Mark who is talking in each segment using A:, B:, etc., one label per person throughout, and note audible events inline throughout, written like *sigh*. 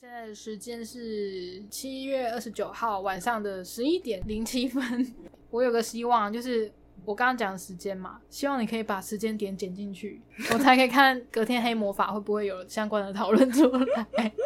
A: 的时间是七月二十九号晚上的十一点零七分。我有个希望，就是我刚刚讲的时间嘛，希望你可以把时间点剪进去，我才可以看隔天黑魔法会不会有相关的讨论出来。 *laughs*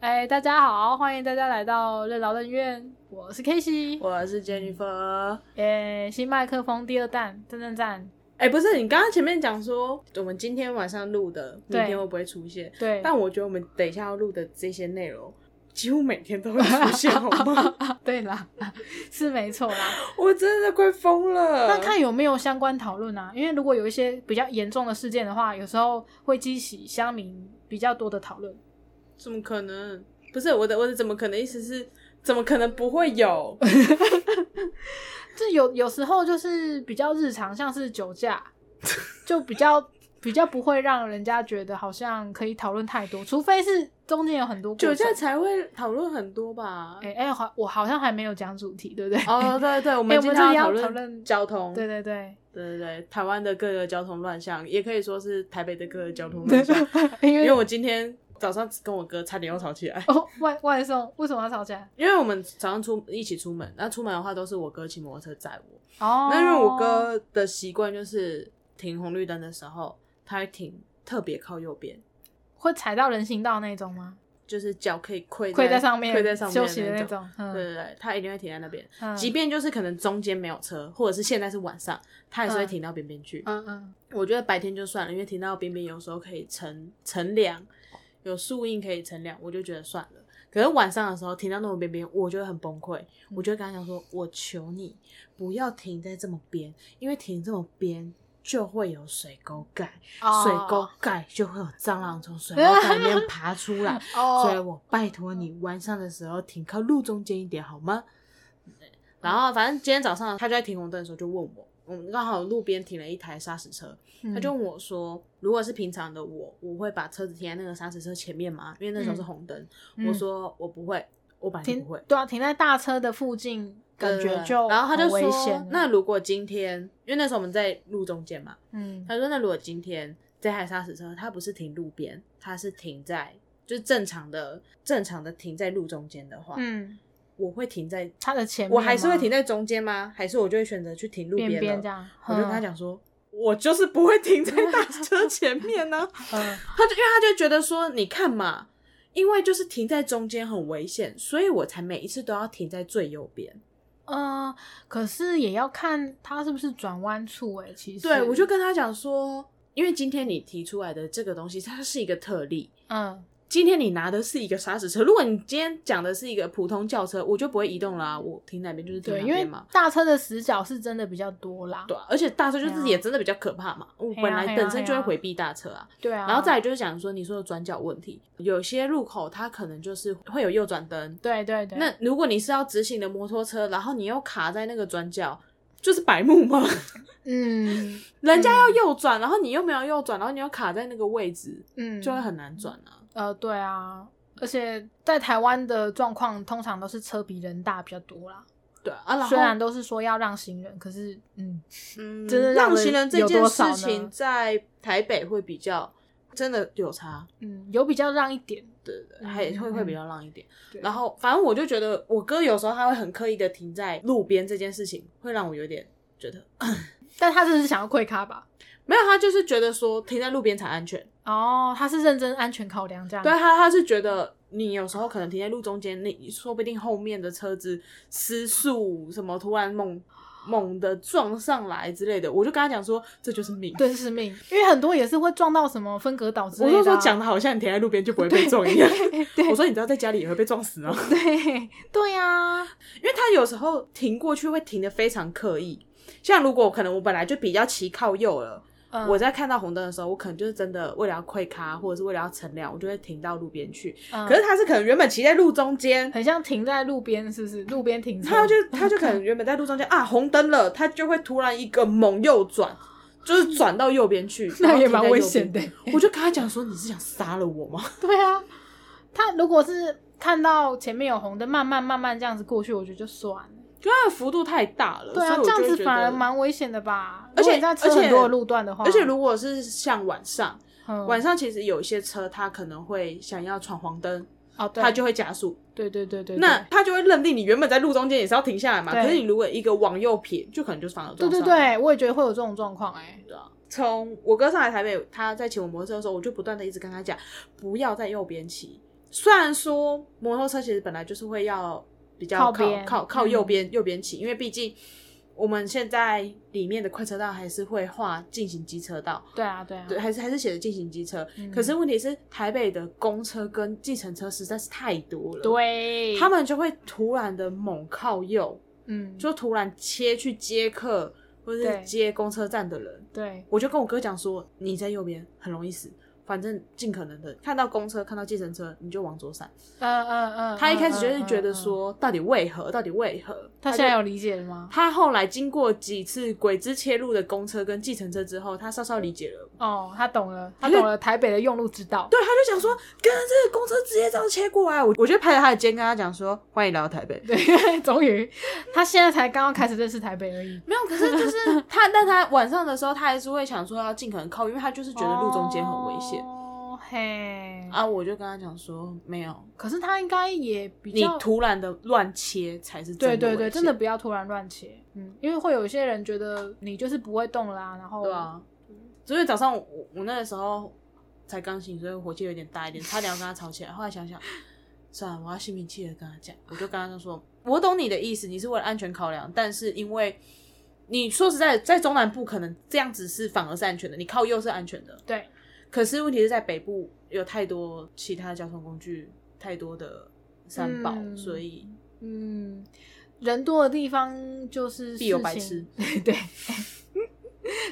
A: 哎，大家好，欢迎大家来到任劳任怨，我是 K C，
B: 我是 Jennifer。
A: 哎，新麦克风第二弹，赞赞赞，
B: 哎、不是，你刚刚前面讲说我们今天晚上录的，
A: 对
B: 明天会不会出现？
A: 对，
B: 但我觉得我们等一下要录的这些内容，几乎每天都会出现，好吗？
A: 啊对啦， *laughs* 是没错啦。
B: *laughs* 我真的快疯了。
A: 那看有没有相关讨论啊？因为如果有一些比较严重的事件的话，有时候会激起乡民比较多的讨论。
B: 怎么可能？不是我的，我的怎么可能？意思是怎么可能不会 *laughs* 有？
A: 这有有时候就是比较日常，像是酒
B: *laughs*
A: 驾，就比较比较不会让人家觉得好像可以讨论太多，除非是中间有很多过
B: 酒驾
A: 程。
B: 才会讨论很多吧？
A: 哎哎，好、我好像还没有讲主题，对不对？
B: 哦，对对，我
A: 哎
B: 们
A: 我
B: 今
A: 们
B: 天
A: 这里要
B: 讨
A: 讨
B: 论
A: 论
B: 交
A: *laughs*
B: 通，
A: 对对对，
B: 对对对，台湾的各个交通乱象，也可以说是台北的各个交通 *laughs* 乱象。
A: 因
B: 因为
A: 为
B: 我今天早上跟我哥差点又吵起来， *laughs*
A: 哦外外送为什么要吵架？
B: 因为我们早上出一起出门，那出门的话都是我哥骑摩托车载我。
A: 哦，
B: 那因为我哥的习惯就是停红绿灯的时候，他会停特别靠右边，
A: 会踩到人行道那种吗？
B: 就是脚可以跪
A: 跪在上面，
B: 跪在上面
A: 休息的
B: 那
A: 那。种。嗯
B: 对对对，他一定会停在那边，
A: 嗯
B: 即便就是可能中间没有车，或者是现在是晚上，他也是会停到边边去。
A: 嗯嗯，
B: 我觉得白天就算了，因为停到边边有时候可以乘乘凉，有树荫可以乘凉，我就觉得算了。可是晚上的时候停到那种边边，我就会很崩
A: 嗯
B: 溃。我就会跟他讲说：“我求你不要停在这么边，因为停这么边就会有水沟盖，
A: 哦
B: 水沟盖就会有蟑螂从水沟盖里
A: *laughs*
B: 面爬出来。
A: 哦，
B: 所以我拜托你晚上的时候停靠路中间一点好吗？然后反正今天早上他就在停红灯的时候就问我，我们刚好路边停了一台砂石车，
A: 嗯
B: 他就问我说，如果是平常的我，我会把车子停在那个砂石车前面吗？因为那时候是红灯，
A: 嗯
B: 我说我不会，我本来就
A: 停
B: 不会。
A: 对啊，停在大车的附近，感
B: 对
A: 觉
B: 对
A: 就
B: 然后他就
A: 很危
B: 说
A: 险。，
B: 那如果今天，因为那时候我们在路中间嘛，
A: 嗯
B: 他说那如果今天这台砂石车它不是停路边，它是停在就是正常的正常的停在路中间的话，
A: 嗯，
B: 我会停在，
A: 他的前面
B: 我还是会
A: 吗
B: 停在中间吗？还是我就会选择去停路
A: 边
B: 边
A: 边
B: 了
A: 这样，
B: 我就跟他
A: 嗯，
B: 讲说，我就是不会停在 *laughs* 大车前面啊呢、
A: 嗯
B: 他就因为他就觉得说，你看嘛，因为就是停在中间很危险，所以我才每一次都要停在最右边。
A: 呃，可是也要看他是不是转弯处哎，其实
B: 对，我就跟他讲说，因为今天你提出来的这个东西，它是一个特例。
A: 嗯
B: 今天你拿的是一个砂石车，如果你今天讲的是一个普通轿车，我就不会移动啦、我停哪边就是
A: 嗯
B: 停
A: 对，
B: 哪
A: 因为
B: 边嘛。
A: 大车的死角是真的比较多啦，
B: 对啊、而且大车就是
A: 对啊
B: 也真的比较可怕嘛。我
A: 嘿啊
B: 本来
A: 嘿啊
B: 本身就
A: 嘿
B: 会
A: 啊
B: 回避大车啊，
A: 对啊，
B: 然后再来就是讲说你说的转角问题，有些路口它可能就是会有右转灯，
A: 对对对，
B: 那如果你是要直行的摩托车，然后你又卡在那个转角，就是白目
A: *laughs*
B: 吗？
A: 嗯
B: 人家要右转，然后你又没有右转，然后你又卡在那个位置，
A: 嗯，
B: *laughs* 就会很难转啊。
A: 呃，对啊，而且在台湾的状况通常都是车比人大比较多啦。
B: 对啊，然后
A: 虽然都是说要让行人，可是嗯，
B: 嗯，
A: 真的让
B: 让
A: 人
B: 行人这
A: 有
B: 件
A: 多少
B: 事
A: 呢
B: 情在台北会比较真的有差，
A: 嗯，有比较让一点，
B: 对对对，
A: 嗯
B: 还会会
A: 嗯
B: 比较让一点。
A: 对
B: 然后反正我就觉得我哥有时候他会很刻意的停在路边这件事情，会让我有点觉得
A: 但他这是想要跪咖吧？
B: 没有，他就是觉得说停在路边才安全。
A: 哦，他是认真安全考量这样。
B: 对啊他，他是觉得你有时候可能停在路中间，你说不定后面的车子失速，什么突然猛猛的撞上来之类的，我就跟他讲说这就是命。
A: 对，是命，因为很多也是会撞到什么分隔岛之
B: 我
A: 类的啊、
B: 就说讲的好像你停在路边就不会被撞一样。
A: 对
B: 我说你知道在家里也会被撞死哦，
A: 对对呀、啊，
B: *laughs* 因为他有时候停过去会停的非常刻意。像如果可能我本来就比较骑靠右了，
A: 嗯
B: 我在看到红灯的时候，我可能就是真的为了要快咖或者是为了要乘凉，我就会停到路边去。
A: 嗯
B: 可是他是可能原本骑在路中间，
A: 很像停在路边，是不是？路边停车，
B: 他就他就可能原本在路中间啊，红灯了，他就会突然一个猛右转，就是转到右边去，
A: *laughs* 那也
B: 然后停在
A: 蛮
B: 右边
A: 危险的。。
B: 我就跟他讲说：“你是想杀了我
A: *laughs*
B: 吗
A: 对啊，他如果是看到前面有红灯，慢慢慢慢这样子过去，我觉得就算了。？”
B: 就它的幅度太大了，
A: 对啊，
B: 所以
A: 这
B: 我
A: 样
B: 就会
A: 子
B: 觉
A: 反而
B: 得
A: 蛮危险的吧？
B: 而且
A: 如果你在车
B: 而且
A: 很多的路段的话，
B: 而且如果是像晚上，
A: 哦嗯
B: 晚上其实有一些车，它可能会想要闯黄灯，
A: 哦，对
B: 它就会加速，
A: 对对对对，
B: 那它就会认定你原本在路中间也是要停下来嘛。
A: 对
B: 可是你如果一个往右撇，就可能就反而
A: 对
B: 撞
A: 对
B: 上。
A: 对，我也觉得会有这种状况哎。
B: 对啊。从我哥上来台北，他在骑我摩托车的时候，我就不断的一直跟他讲，不要在右边骑。虽然说摩托车其实本来就是会要比较
A: 靠
B: 靠
A: 边
B: 靠靠
A: 嗯
B: 右边、右边骑，因为毕竟我们现在里面的快车道还是会画进行机车道，
A: 对啊对啊，
B: 对，还是还是写着进行机车。
A: 嗯
B: 可是问题是，台北的公车跟计程车实在是太多了，，
A: 对，
B: 他们就会突然的猛靠右，
A: 嗯，
B: 就突然切去接客或
A: 对
B: 是接公车站的人。
A: 对
B: 我就跟我哥讲说，你在右边很容易死，反正尽可能的看到公车、看到计程车，你就往左闪。
A: 嗯嗯嗯，
B: 他一开始就
A: 嗯
B: 是觉得，说，到底为何？到底为何？
A: 嗯嗯嗯他
B: 就
A: 现在有理解了吗？
B: 他后来经过几次鬼之切入的公车跟计程车之后，他稍稍理解了。
A: 哦，他懂了，他
B: 因为
A: 懂了台北的用路之道。
B: 对，他就想说，跟着这个公车直接这样切过来，我我就拍着他的肩跟他讲说，欢迎来到台北。
A: 对， *laughs* 终于，他现在才刚刚开始认识台北而已。
B: 没有，可是就是 *laughs* 他，但他晚上的时候，他还是会想说要尽可能靠，因为他就是觉得路中间很危险、
A: 哦嘿，
B: 啊。我就跟他讲说，没有，
A: 可是他应该也比
B: 你
A: 较，
B: 突然的乱切才是
A: 对
B: 真的
A: 对对，
B: 危险
A: 真的不要突然乱切，嗯，因为会有一些人觉得你就是不会动啦，然后
B: 对啊。
A: 嗯
B: 所以早上我我那个时候才刚醒，所以火气有点大一点，差点要跟他吵起来。后来想想，算了，我要心平气和跟他讲，我就跟他说，我懂你的意思，你是为了安全考量，但是因为你说实在的，在中南部可能这样子是反而是安全的，你靠右是安全的，
A: 对，
B: 可是问题是在北部有太多其他交通工具，太多的三宝，
A: 嗯
B: 所以
A: 嗯，人多的地方就是
B: 必有
A: 事
B: 白
A: 情
B: 痴，
A: *laughs* 对对，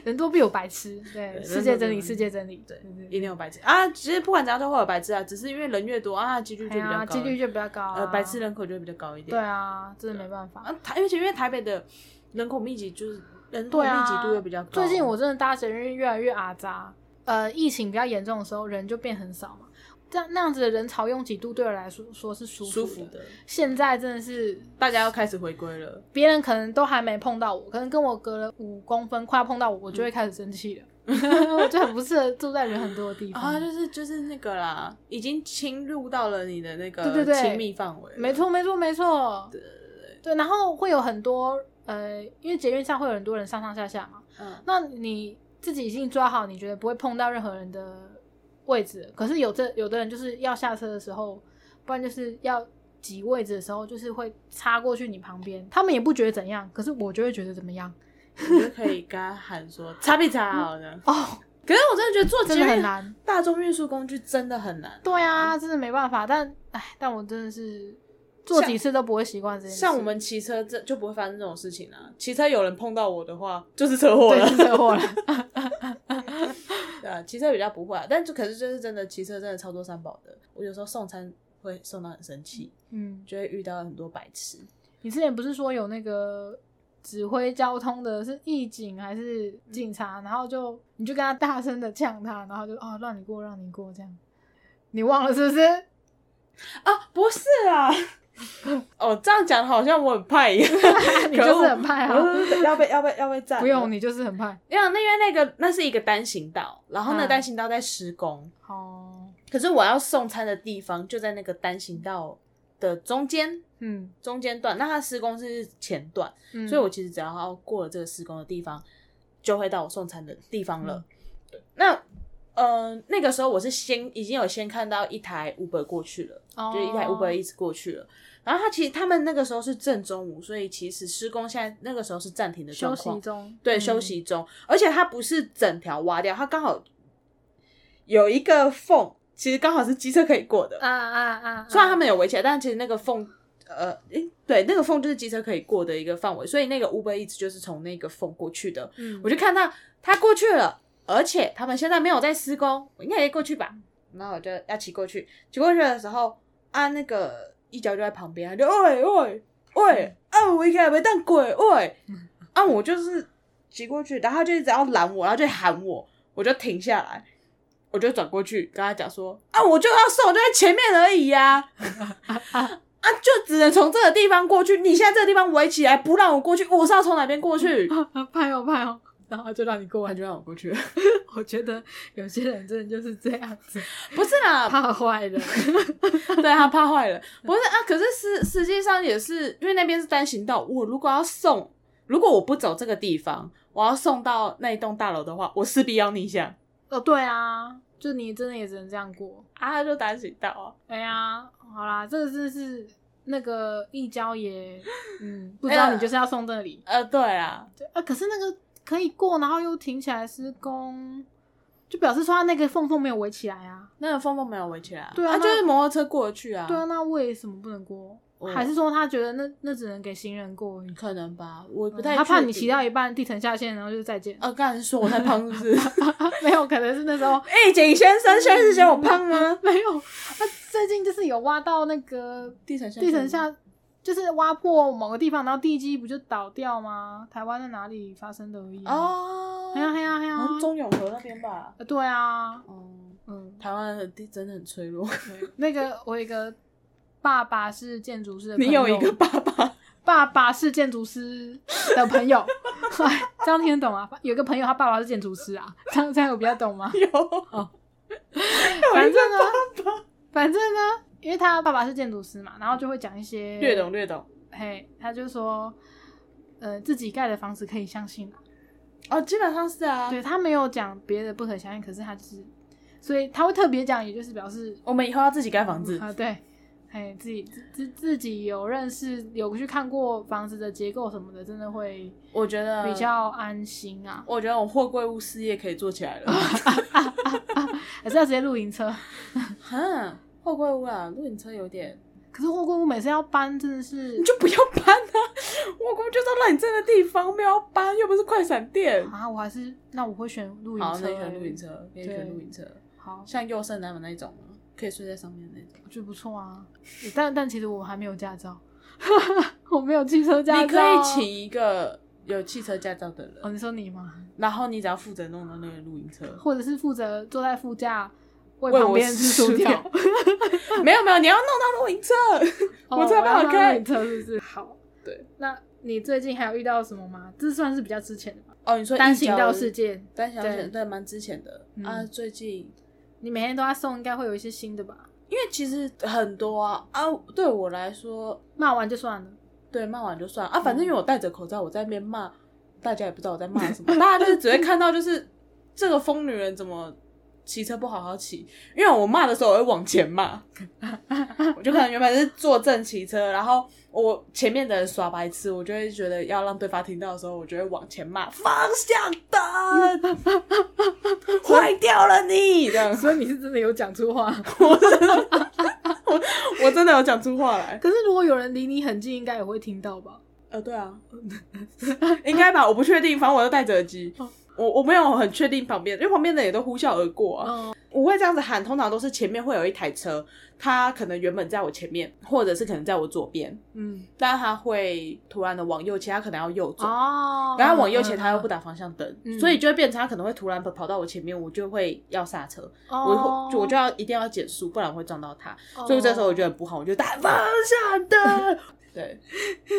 A: 人多必有白痴，对，
B: 对
A: 世界
B: 人多
A: 真
B: 必
A: 理，
B: 有
A: 世界真理，
B: 对
A: 对
B: 一定有白痴啊。其实不管怎样都会有白痴啊，只是因为人越多啊，几率就
A: 对，
B: 比
A: 哎呀
B: 较高，
A: 几率就比较高啊，
B: 呃白痴人口就会比较高一点。
A: 对啊，真的没办法。
B: 啊，台而且因为台北的人口密集就是人口
A: 对
B: 密
A: 啊，
B: 集度又比较高。
A: 最近我真的搭捷运越来越阿杂，呃，疫情比较严重的时候，人就变很少嘛。这样那样子的人潮拥挤度对我来说说是舒服
B: 舒服
A: 的。
B: 的，
A: 现在真的是，
B: 大家要开始回归了。
A: 别人可能都还没碰到我，可能跟我隔了五公分，快要碰到我，我就会开始生气了。我 *laughs* 就很不适合住在人很多的地方。
B: 啊，就是就是那个啦，已经侵入到了你的那个
A: 对对对
B: 亲密范围了，
A: 没错，没错，没错。对然后会有很多呃，因为捷运上会有很多人上上下下嘛，
B: 嗯，
A: 那你自己已经抓好，你觉得不会碰到任何人的位置，可是有这有的人就是要下车的时候，不然就是要挤位置的时候，就是会插过去你旁边，他们也不觉得怎样，可是我就会觉得怎么样
B: 你就可以跟他喊说“擦屁擦”好了。
A: 哦，
B: 可是我真的觉得坐
A: 真
B: 捷
A: 的很
B: 运
A: 难。
B: 大众运输工具真的很难。
A: 对啊，真的没办法，但哎，但我真的是做
B: 像
A: 几次都不会习惯这件事。
B: 像我们骑车，这就不会发生这种事情啊。骑车有人碰到我的话，就是车祸
A: 对
B: 了
A: 是。车祸 *laughs* 了，
B: *laughs* 对啊，骑车比较不会、啊，但就可是就是真的骑车真的超多三宝的。我有时候送餐会送到很生气，
A: 嗯，
B: 就会遇到很多白痴。
A: 你之前不是说有那个指挥交通的是义警还是警察，然后就你就跟他大声的呛他，然后就哦让你过让你过这样，你忘了是不是？ *laughs*
B: 啊，不是啊。哦，这样讲好像我很派一样，
A: *laughs* 你就是很派
B: 可
A: 啊！
B: 恶我要被要被要被赞。
A: 不用，，你就是很派。
B: 因为那因为那个那是一个单行道，然后那
A: 嗯
B: 个单行道在施工，
A: 哦，
B: 可是我要送餐的地方就在那个单行道的中间
A: 嗯
B: 中间段，那它施工是前段，
A: 嗯，
B: 所以我其实只要要过了这个施工的地方，就会到我送餐的地方了。
A: 嗯
B: 对那呃，那个时候我是先已经有先看到一台 Uber 过去了，
A: 哦
B: 就一台 Uber 一直过去了。然后他其实他们那个时候是正中午，所以其实施工现在那个时候是暂停的
A: 休
B: 状
A: 息
B: 况，
A: 中，
B: 对，
A: 嗯
B: 休息中，而且它不是整条挖掉，它刚好有一个缝，其实刚好是机车可以过的。
A: 啊啊啊啊！
B: 虽然他们有围起来，但其实那个缝，呃，诶，对，那个缝就是机车可以过的一个范围，所以那个 Uber 一直就是从那个缝过去的。
A: 嗯，
B: 我就看到他过去了，而且他们现在没有在施工，我应该可以过去吧？然后我就要骑过去，骑过去的时候，啊，那个一脚就在旁边，他就喂喂喂，啊，我一个没当鬼 *laughs* 喂，啊，我就是骑过去，然后他就一直要拦我，然后就喊我，我就停下来。 *laughs* 我就转过去跟他讲说：“啊，我就要送，我就在前面而已呀、啊！啊，就只能从这个地方过去。你现在这个地方围起来，不让我过去，我是要从哪边过去？
A: *laughs* 拍哦拍哦，然后就让你过
B: *laughs* 他
A: 完。 *laughs*
B: 就让我过去，
A: 我觉得有些人真的就是这样子，
B: 不是 *laughs* 啦，
A: 怕坏人。
B: 对他怕坏了，不是啊。可是实实际上也是因为那边是单行道，我如果要送，如果我不走这个地方，我要送到那一栋大楼的话，我势必要逆向
A: *laughs* 哦，对啊，就你真的也只能这样过。
B: *laughs* 啊，他就单行道啊。
A: 哎呀，好啦，这个真是那个一交也， *laughs* 嗯，不
B: 哎
A: 知
B: 呀
A: 道你就是要送这里。
B: 呃，对啦，
A: 对啊，可是那个可以过，然后又停起来施工，就表示说他那个缝缝没有围起来啊。
B: 那个缝缝没有围起来、啊，
A: 对啊那
B: 就是摩托车过得去啊，
A: 对啊，，那为什么不能过？
B: 哦
A: 还是说他觉得那那只能给行人过而已？
B: 可能吧，我不太、
A: 他怕你骑到。一半地层下陷，然后就再见。
B: 呃，刚才说我太胖是不是？ *laughs*
A: *laughs* 没有，可能是那时候
B: 哎、景先生，先生嫌我胖吗？
A: 没有。他最近就是有挖到那个
B: 地层下，
A: 地层，下，就是挖破某个地方，然后地基不就倒掉吗？台湾在哪里发生的而已啊。
B: 哦，
A: 嘿呀嘿呀嘿呀
B: 好像，中永和那边吧。
A: 呃对啊，
B: 哦，
A: *laughs* 嗯，
B: 台湾的地真的很脆弱。
A: 那个我有一个爸爸是建筑师的朋
B: 你
A: 友，
B: 有一个爸爸，
A: 爸爸是建筑师的朋友， *laughs* 哎这样听得懂吗？有一个朋友他爸爸是建筑师啊，这样这样有比较懂吗？
B: 有，
A: 哦反正呢，反正呢，因为他爸爸是建筑师嘛，然后就会讲一些
B: *laughs* 略懂略懂。
A: 嘿，他就说，呃，自己盖的房子可以相信啦。
B: 哦，基本上是啊。
A: 对，他没有讲别的不可相信，可是他就是，所以他会特别讲，也就是表示
B: 我们以后要自己盖房子。
A: 啊，对，嘿，自己自自自己有认识，有去看过房子的结构什么的，真的会
B: 我觉得
A: 比，较安心啊。
B: 我觉得我货柜屋事业可以做起来
A: *laughs*
B: 了。
A: 还是要直接露营车，
B: 哈，货柜屋啊，露营车有点，
A: 可是货柜屋每次要搬真的是
B: 你就不要搬啊！ *laughs* 我根本就是要让你站的地方，没有要搬，又不是快闪店。
A: 啊，我还是那我会选露营
B: 好，
A: 车、
B: 那
A: 欸，
B: 你选露营，车，你选露营车，
A: 好，
B: 像右胜男们那一种吗？可以睡在上面的那种。
A: 我觉得不错
B: *laughs*
A: 啊。但但其实我还没有驾照， *laughs* 我没有汽车驾照。
B: 你可以请一个有汽车驾照的人，
A: 哦，你说你吗？
B: 然后你只要负责弄到那个露营车。
A: 或者是负责坐在副驾为
B: 喂
A: 旁
B: 我
A: 边吃薯条？
B: *laughs* 没有没有，你要弄到露营车。
A: 哦
B: 我才不好
A: 要上
B: 看
A: 露营车是不是？好，
B: 对。
A: 那你最近还有遇到什么吗？这算是比较之前的吧。
B: *laughs* 哦，你说
A: 单
B: 一
A: 行
B: 交
A: 道事，件，
B: 单行道事
A: 对
B: 件对蛮之前的
A: 嗯
B: 啊。最近
A: 你每天都在送，应该会有一些新的吧？
B: 因为其实很多啊啊，对我来说，
A: 骂完就算
B: *laughs*
A: 了。
B: 对骂完就算了啊，反正
A: 嗯
B: 因为我戴着口罩，我在那边骂，大家也不知道我在骂什么，大家就是只会看到就是这个疯女人怎么骑车不好好骑，因为我骂的时候我会往前骂，我就可能原本是坐正骑车，然后我前面的人耍白痴，我就会觉得要让对方听到的时候，我就会往前骂方向灯坏掉了你这样，
A: 所以你是真的有讲出话。
B: 我真的有讲出话
A: *laughs*
B: 来，
A: 可是如果有人离你很近，应该也会听到吧？
B: 呃，
A: *laughs*
B: 对啊，应该吧，我不确定，反正我都戴着耳机
A: 哦，
B: 我我没有很确定旁边，因为旁边的也都呼啸而过啊。
A: 嗯，
B: 我会这样子喊，通常都是前面会有一台车，它可能原本在我前面，或者是可能在我左边，
A: 嗯，
B: 但它会突然的往右切，它可能要右走。
A: 哦，
B: 然后往右切，它又不打方向灯，
A: 嗯
B: 所以就会变成它可能会突然跑到我前面，我就会要刹车，
A: 哦，
B: 我会就我就要一定要减速，不然我会撞到它。
A: 哦
B: 所以这时候我觉得很不好，我就打方向
A: *laughs*
B: 灯。对，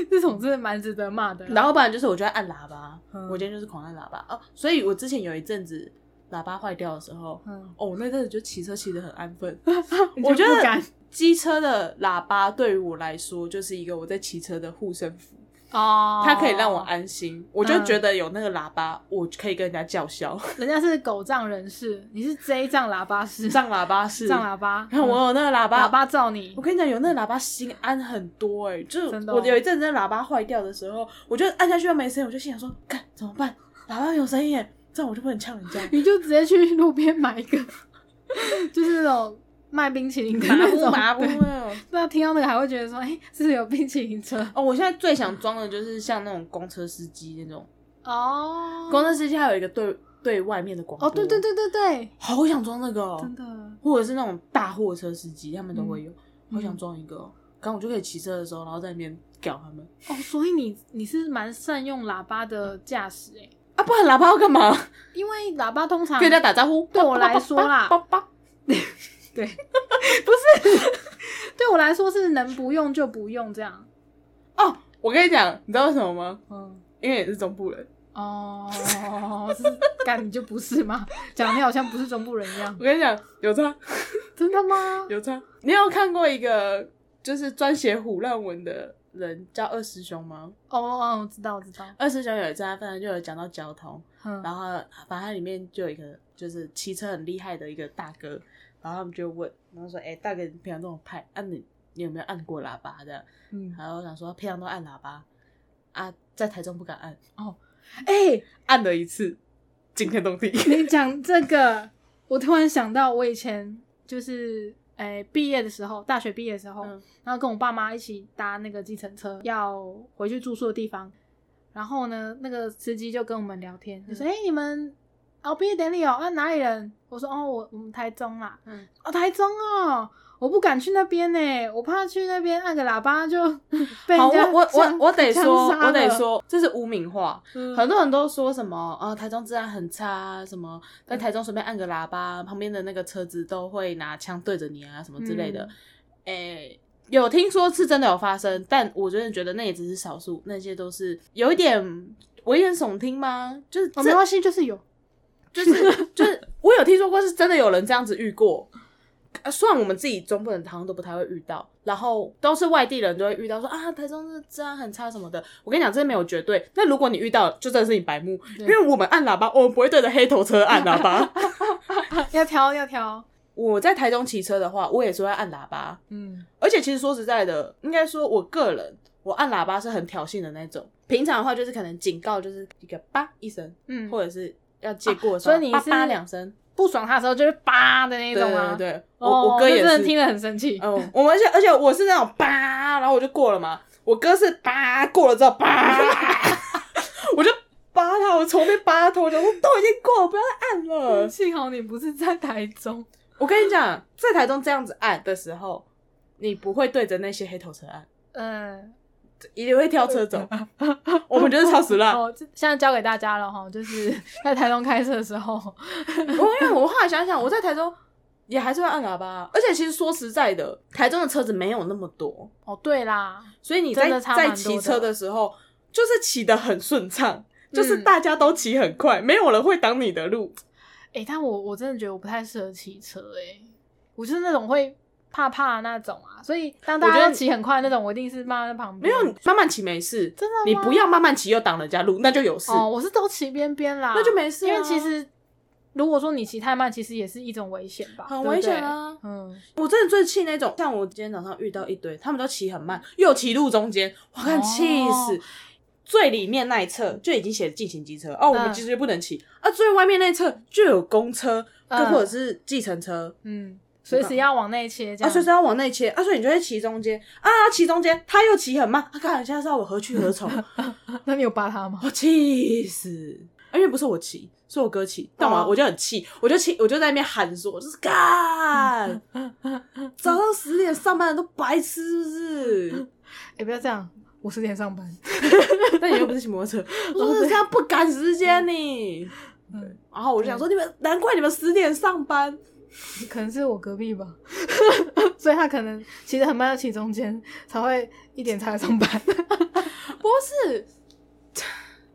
A: 这种真的蛮值得骂的。
B: 然后不然就是我就在按喇叭，
A: 嗯
B: 我今天就是狂按喇叭哦。所以我之前有一阵子喇叭坏掉的时候，
A: 嗯，
B: 哦，我那阵子就骑车骑得很安分。
A: *laughs* 你就
B: 我觉
A: 不敢
B: 得机车的喇叭对于我来说就是一个我在骑车的护身符，
A: 哦，嗯
B: 它可以让我，安心。我就觉得有那个喇叭，我可以跟人家
A: *laughs*
B: 叫嚣，
A: 人家是狗仗人势，你是 J 仗喇叭式，
B: 上喇叭是。
A: 仗喇叭，嗯
B: 看我有那个喇叭，
A: 喇叭罩你
B: 我，跟你讲，有那个喇叭心安很多哎、就是
A: 真的哦
B: 我有一阵子那喇叭坏掉的时候，我就按下去又没声音，我就心想说，看怎么办？喇叭有声音耶，这样我就不能呛人
A: *laughs*
B: 家。
A: 你就直接去路边买一个， *laughs* 就是那种卖冰淇淋的
B: 麻
A: 那
B: 木
A: 种，
B: 麻木
A: 对
B: 那种。
A: 那听到那个还会觉得说，哎、是不是有冰淇淋车
B: 哦，我现在最想装的就是像那种公车司机那种，
A: 哦
B: 公车司机还有一个对对外面的广播。
A: 哦，对对，对对对，
B: 好想装那个、哦
A: 真，的，
B: 或者是那种大货车司机，他们都会有，
A: 嗯
B: 好想装一个、哦，刚我就可以骑车的时候，然后在那边屌他们
A: 哦，所以你你是蛮善用喇叭的驾驶哎，
B: 啊，不然喇叭要
A: *laughs*
B: 干嘛？
A: 因为喇叭通常
B: 跟人家打招呼。
A: 对我来说啦
B: 叭叭叭叭叭叭
A: 不是， *laughs* 对我来说是能不用就不用这样。
B: 哦，我跟你讲，你知道为什么吗？
A: 嗯，
B: 因为你是中部人。
A: 哦，是干你就不是吗？讲你好像不是中部人一样
B: 我，跟你讲，有差
A: 真的吗？
B: 有差。你有看过一个就是专写虎烂文的人叫二师兄吗？
A: 哦哦，我知道，我知道。
B: 二师兄有一次他反正就有讲到交通，
A: 嗯，
B: 然后反正它里面就有一个就是骑车很厉害的一个大哥，然后他们就问，然后说：“哎、大哥，你平常这么派，按、你你有没有按过喇叭这样？”
A: 嗯，
B: 然后我想说平常都按喇叭啊，在台中不敢按，
A: 哎、
B: 按了一次，惊天
A: *laughs*
B: 动地。
A: 你讲这个，我突然想到，我以前就是诶毕、业的时候，大学毕业的时候，
B: 嗯
A: 然后跟我爸妈一起搭那个计程车要回去住宿的地方，然后呢，那个司机就跟我们聊天，
B: 嗯
A: 就说：“哎、你们哦毕业典礼哦，啊哪里人？”我说：“哦，我我们台中啦。”
B: 嗯，
A: 哦，台中哦。我不敢去那边呢、我怕去那边按个喇叭就
B: *laughs*
A: 被人
B: 好，
A: 家
B: 我我我
A: 枪
B: 我得
A: 枪
B: 说，
A: 杀
B: 我得
A: 了
B: 说，这是污名化。
A: 嗯
B: 很多人都说什么啊、台中治安很差啊，什么在
A: 嗯
B: 台中随便按个喇叭，旁边的那个车子都会拿枪对着你啊，什么之类的。
A: 嗯
B: 诶、有听说是真的有发生，但我真的觉得那也只是少数，那些都是有一点危言耸听吗？就是
A: 哦，
B: 这
A: 没关系，
B: *laughs*
A: 就是有，
B: 就是就是，我有听说过是真的有人这样子遇过。啊，虽然我们自己中部人好像都不太会遇到，然后都是外地人都会遇到说啊，台中是治安很差什么的。我跟你讲，这没有绝对。那如果你遇到，就真的是你白目，
A: 对
B: 因为我们按喇叭，我们不会对着黑头车按
A: *laughs*
B: 喇叭。
A: 要挑要挑，
B: 我在台中骑车的话，我也是会按喇叭，
A: 嗯
B: 而且其实说实在的，应该说我个人，我按喇叭是很挑衅的那种。平常的话就是可能警告就是一个叭一声，
A: 嗯，啊
B: 或者是要借过的时
A: 所
B: 候、
A: 以你
B: 叭
A: 是
B: 叭两声，
A: 不爽他的时候就是叭的那一种吗？
B: 对对对，我、
A: 哦，
B: 我哥
A: 那
B: 也
A: 真的
B: 是
A: 听得很生气。
B: *laughs* 嗯，我们而且而且我是那种叭，然后我就过了嘛。我哥是叭过了之后
A: *laughs*
B: 叭，我就扒他，我从那边扒他头，我想说都已经过了，不要再按
A: *laughs*
B: 了。
A: 幸好你不是在台中，
B: 我跟你讲，在台中这样子按的时候，你不会对着那些黑头车按，
A: 嗯，
B: 一定会跳车走。 *laughs* 我们就是超时了。
A: 哦，这现在教给大家了哈，就是 *laughs* 在台中开车的时候，
B: 我因为 *laughs* 我后来想想，我在台中也还是会按喇叭，啊而且其实说实在的，台中的车子没有那么多，
A: 哦，对啦，
B: 所以你
A: 真
B: 在
A: 的差蛮多
B: 在
A: 的嗯
B: 骑车的时候，就是骑得很顺畅，就是大家都骑很快，没有人会挡你的路。
A: 哎、但我我真的觉得我不太适合骑车、欸，哎，我就是那种会怕怕的那种啊，所以当大
B: 我觉
A: 家
B: 得
A: 都骑很快的那种，我一定是慢慢在旁
B: 没
A: 边。
B: 有，你慢慢骑没事，
A: 真的吗
B: 你不要慢慢骑又挡人家路，那就有事。
A: 哦，我是都骑边边啦，
B: 那就没事啊
A: 因为其实如果说你骑太慢，其实也是一种危险吧，
B: 很
A: 对不
B: 危
A: 对
B: 险啊
A: 嗯，
B: 我真的最气那种，像我今天早上遇到一堆，他们都骑很慢，又骑路中间，我看
A: 哦
B: 气死。最里面那一侧就已经写进行机车哦，我们
A: 嗯
B: 其实不能骑、啊。最外面那一侧就有公车，
A: 嗯
B: 更或者是计程车，
A: 嗯，随时要往内切，这
B: 啊，
A: 样。
B: 所以是要往内切，啊，所以你就会骑中间，啊，骑中间，他又骑很慢，啊，看现在是要我何去何
A: *laughs*
B: 从，
A: *laughs* 那你有扒他吗？
B: 我哦气死！啊因为不是我骑，是我哥骑，干嘛？
A: 哦
B: 我就很气，我就气，我就在那边喊说，就是干，早上十点上班的都白痴是不
A: 哎、不要这样，我十点上班。
B: 是？但你又不是骑摩托车，我说这样不赶时间你。对
A: 嗯
B: 然后我就想说，你们难怪你们十点上班，
A: 可能是我隔壁吧， *laughs* 所以他可能骑得很慢，要骑中间才会一点才来上班。 *laughs*
B: 不是？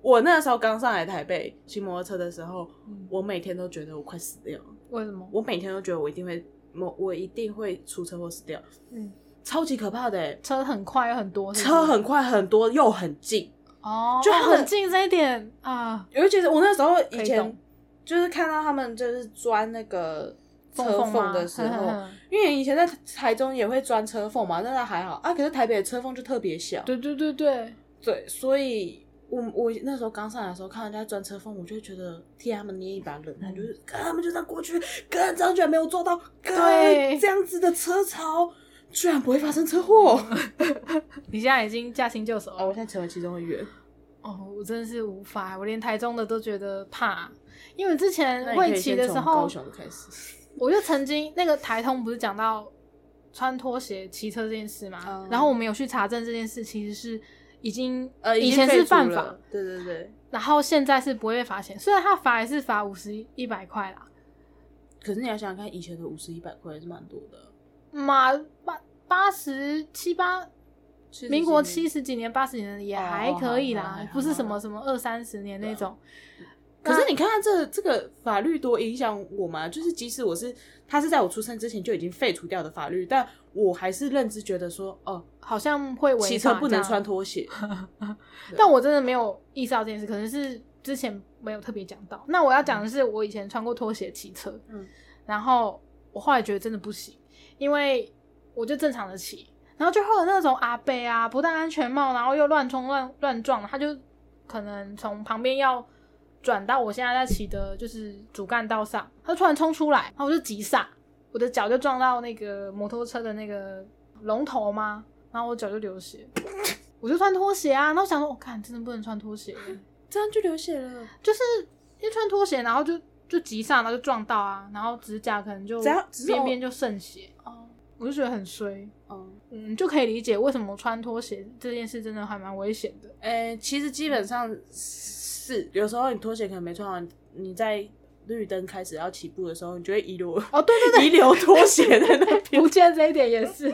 B: 我那时候刚上来台北骑摩托车的时候，我每天都觉得我快死掉了，
A: 嗯为什么？
B: 我每天都觉得我一定会，我我一定会出车祸死掉，
A: 嗯，
B: 超级可怕的、欸。
A: 车很快又很多是不是
B: 车很快很多又很近，
A: 哦，
B: 就
A: 就
B: 他们
A: 很近这一点啊，
B: 尤其是我那时候以
A: 可以
B: 前
A: 懂
B: 就是看到他们就是钻那个
A: 缝
B: 车
A: 缝吗嗯
B: 缝的时候，
A: 哼哼哼
B: 因为以前在台中也会钻车缝嘛，但是还好啊。可是台北的车缝就特别小，
A: 对对对对， *laughs*
B: 对，所以我我那时候刚上来的时候，看人家钻车缝，我就会觉得替他们捏一把冷汗，
A: 嗯
B: 就是干他们就这样过去，干这样居然没有做到，干
A: 对
B: 这样子的车潮居然不会发生车祸。
A: 你现在已经驾轻就熟
B: 哦，我
A: 了。
B: 现在成为其中一员。
A: 哦，我真的是无法，我连台中的都觉得怕，因为之前
B: 那你
A: 会
B: 可以
A: 骑
B: 先
A: 的
B: 从
A: 时
B: 高
A: 候，
B: 雄开始。
A: 我就曾经那个台通不是讲到穿拖鞋骑车这件事嘛，
B: 嗯
A: 然后我们有去查证这件事其实是已经
B: 呃，已
A: 以
B: 经
A: 前
B: 废
A: 是
B: 除
A: 犯
B: 了
A: 法，，
B: 对对对。
A: 然后现在是不会被罚钱，虽然他罚也是罚五十一百块啦，
B: 可是你要想想看，以前的五十一百块还是蛮多的。
A: 妈妈八十七八，
B: 70
A: 民国七
B: 几
A: 十几年、八十年也
B: 哦
A: 还可以
B: 好好
A: 啦
B: 好，
A: 不是什
B: 好
A: 么什么二三十年
B: 啊
A: 那种。
B: 年，可是你看看这这个法律多影响我嘛？就是即使我是他是在我出生之前就已经废除掉的法律，但我还是认知觉得说，哦，
A: 好像会违法
B: 骑车不能
A: 这样
B: 穿拖鞋， *laughs*
A: 但我真的没有意识到这件事，可能是之前没有特别讲到。那我要讲的是，我以前穿过拖鞋骑车，
B: 嗯，
A: 然后我后来觉得真的不行，因为我就正常的骑，然后就会有那种阿伯啊，不戴安全帽，然后又乱冲乱乱撞，他就可能从旁边要转到我现在在骑的就是主干道上，他就突然冲出来，然后我就急刹，我的脚就撞到那个摩托车的那个龙头吗？然后我脚就流血，我就穿拖鞋啊，然后想说，我、看真的不能穿拖
B: *laughs*
A: 鞋，
B: 这样就流血了。
A: 就是一穿拖鞋，然后就就急刹，然后就撞到啊，然后指甲可能就
B: 只要只是
A: 边
B: 偶
A: 边就渗血，
B: 哦
A: 我就觉得很衰。
B: 哦，
A: 嗯，就可以理解为什么穿拖鞋这件事真的还蛮危险的。
B: 呃，其实基本上是有时候你拖鞋可能没穿好，你在绿灯开始要起步的时候，你就会遗留
A: 哦，对对
B: 遗留拖鞋在那边。
A: 对， *laughs* 不见这一点也是，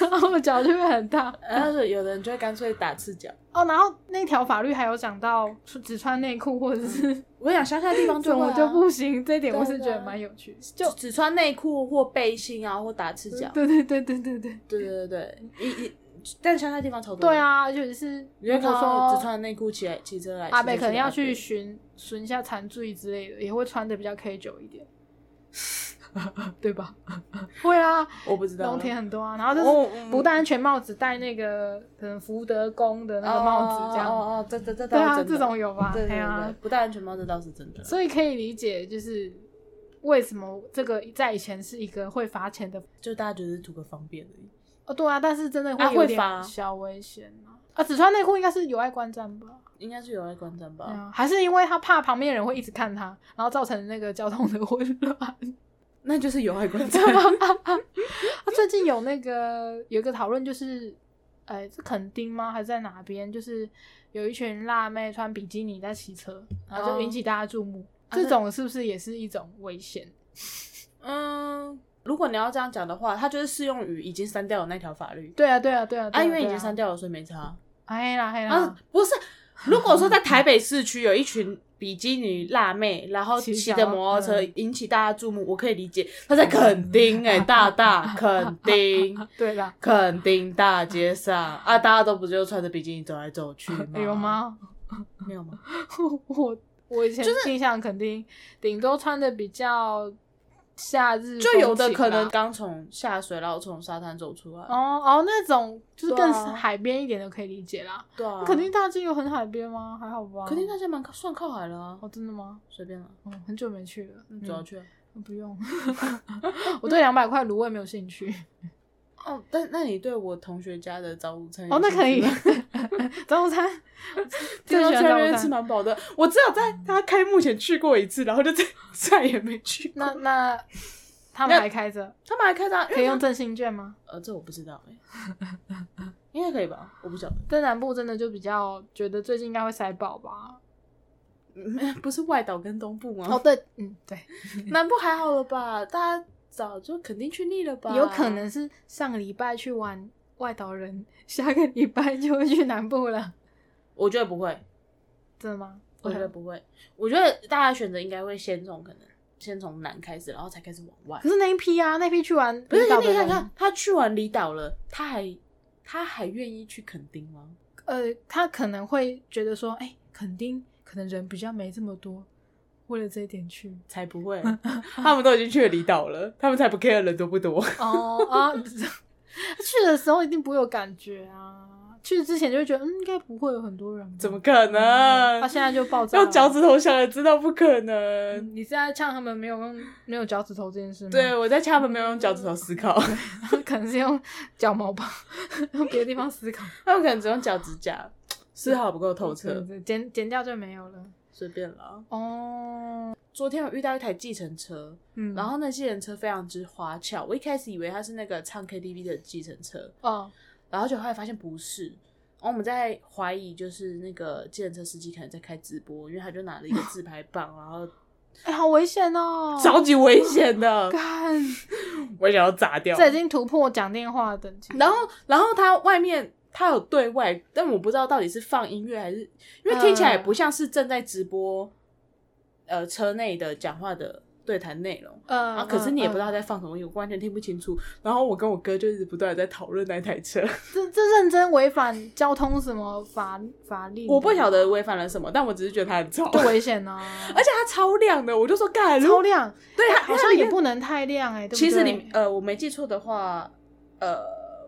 A: 然后我脚就会很大。
B: *laughs* 然后有的人就会干脆打赤脚。
A: 哦，然后那条法律还有讲到只穿内裤或者
B: *laughs*
A: 是
B: 我想乡下地方
A: 怎
B: 就会、
A: 么
B: 啊、
A: 就不行，这一点我是觉
B: 对对啊
A: 得蛮有趣。
B: 就只穿内裤或背心啊，或打赤脚。
A: 对对对对对嗯对，
B: 对啊对对对，一一但乡下地方超多。
A: 对，啊，尤其是
B: 你会
A: 如
B: 看
A: 果
B: 到只
A: 说
B: 穿内裤骑来骑车来。
A: 阿北可能要去
B: 骑车
A: 巡巡一下残醉之类的，也会穿的比较 K 九一点，对吧？会啊，
B: 的阿伯，我不知道。
A: 冬天很多啊，然后就
B: 哦
A: 是
B: 嗯
A: 不戴安全帽，只戴那个可能福德宫的那个帽子这
B: 哦
A: 样。
B: 哦哦，这这这
A: 对
B: 倒
A: 啊，
B: 是真的
A: 这种有吧？
B: 对对对
A: 啊，，
B: 不戴安全帽这倒是真的。
A: 所以可以理解，就是为什么这个在以前是一个会罚钱的
B: 就大家觉得是图个方便而已。
A: 哦，对啊，但是真的
B: 啊
A: 会有
B: 会
A: 点
B: 罚
A: 小危险啊。啊，只穿内裤应该是有碍观瞻吧？
B: 应该是有在观战吧。
A: 对啊，还是因为他怕旁边的人会一直看他，然后造成那个交通的混
B: *laughs*
A: 乱。
B: *laughs* 那就是有
A: *laughs*
B: 爱观战。
A: 啊，最近有那个有一个讨论，就是，呃、是垦丁吗？还是在哪边？就是有一群辣妹穿比基尼在骑车，然后就引起大家注目。
B: 啊
A: 这种是不是也是一种危险？
B: 嗯，如果你要这样讲的话，它就是适用于已经删掉的那条法律。
A: 对啊，对啊，对啊，对
B: 啊，
A: 啊，
B: 因为已经
A: 删
B: 删，掉了，所以没差。
A: 哎啦，哎啦
B: 啊，，不是，如果说在台北市区有一群比基尼辣妹，然后
A: 骑
B: 骑
A: 脚
B: 着摩托车
A: 嗯
B: 引起大家注目，我可以理解。他在垦丁哎、大大垦丁，
A: *laughs* 对啦，
B: 垦丁大街上啊，大家都不就穿着比基尼走来走去吗？
A: 哎有？吗？ *laughs*
B: 没有吗？
A: 我我以前印象肯定顶多穿的比较夏日风情啦，
B: 就有的可能刚从下水，然后从沙滩走出来。
A: 哦哦那种就是
B: 对
A: 更
B: 啊
A: 海边一点的可以理解啦。
B: 对啊，
A: 肯定大街有很海边吗？还好吧。
B: 垦丁大街蛮靠算靠海了啊，
A: 哦，真的吗？
B: 随便了，
A: 嗯，很久没去了，
B: 你走要去啊。
A: 嗯不用。 *laughs* 我对两百块卤味没有兴
B: *laughs*
A: 趣。
B: 哦，但那你对我同学家的早午餐有
A: 哦，那
B: 兴趣
A: 可以 *laughs*
B: 吗
A: 早午餐，
B: *laughs* 听说
A: 最
B: 去
A: 喜欢
B: 那
A: 早午
B: 边吃
A: 餐。
B: 蛮饱的，我只有在他开幕前去过一次，然后就再 *laughs* 再也没去过。
A: 那那他们
B: 那
A: 还开着，
B: 他们还开张，因为
A: 可以
B: 他
A: 用振兴券吗？
B: 呃，这我不知道哎、应该可以吧？我不晓得，
A: 在南部真的就比较觉得最近应该会塞爆吧。
B: 嗯不是外岛跟东部吗？
A: 哦，对，嗯，对，
B: 南部还好了吧？大家早就肯定去腻了吧？
A: 有可能是上个礼拜去玩外岛人，下个礼拜就会去南部了，
B: 我觉得不会，
A: 真的吗？
B: 我觉得不会，我觉得大家选择应该会先从可能先从南开始，然后才开始往外
A: 可。是那一批啊，那批去玩
B: 不是，
A: 离岛
B: 你
A: 的
B: 看
A: 人，
B: 看他去完离岛了，他还他还愿意去垦丁吗？
A: 呃，他可能会觉得说，哎、肯定可能人比较没这么多，为了这一点去。
B: 才不会， *laughs* 他们都已经去了离岛 *laughs* 了，他们才不 care 人多不多。
A: 哦啊， *laughs* 去的时候一定不会有感觉啊，去之前就会觉得，嗯，应该不会有很多人吧，
B: 怎么可能？
A: 他现在就爆炸了，
B: 用脚趾头想也知道不可能。
A: 嗯。你是在呛他们没有用没有脚趾头这件事吗？
B: 对，啊我在家门没有用脚趾头思考，
A: *laughs* 可能是用脚毛吧， *laughs* 用别的地方思考。
B: *laughs* 他们可能只用脚趾甲，丝毫不够透彻，
A: 对，剪剪掉就没有了。
B: 随便啦。
A: 哦，
B: 昨天我遇到一台计程车，
A: 嗯，
B: 然后那计程车非常之花俏，我一开始以为它是那个唱 KTV 的计程车，
A: 哦，
B: 然后就后来发现不是。然后我们在怀疑，就是那个计程车司机可能在开直播，因为他就拿了一个自拍棒，然后
A: 哎、好危险哦！
B: 超级危险的，
A: 干，
B: 我想要砸掉。
A: 这已经突破讲电话的等级。
B: 然后，然后它外面它有对外，但我不知道到底是放音乐还是，因为听起来也
A: 嗯
B: 不像是正在直播，呃，车内的讲话的对谈内容。
A: 呃，
B: 啊！可是你也不知道
A: 嗯
B: 在放什么，我完全听不清楚。然后我跟我哥就一直不断的在讨论那台车，
A: *laughs* 呃这这认真违反交通什么法法律？
B: 我不晓得违反了什么，但我只是觉得它很吵，
A: 多
B: *laughs* 而
A: 危险呢、
B: 且它超亮的，我就说干，如
A: 超
B: 果
A: 亮，
B: 对，它
A: 好
B: 它
A: 像
B: 里
A: 也
B: 面
A: 不能太亮哎、对不对？
B: 其实你呃，我没记错的话，呃，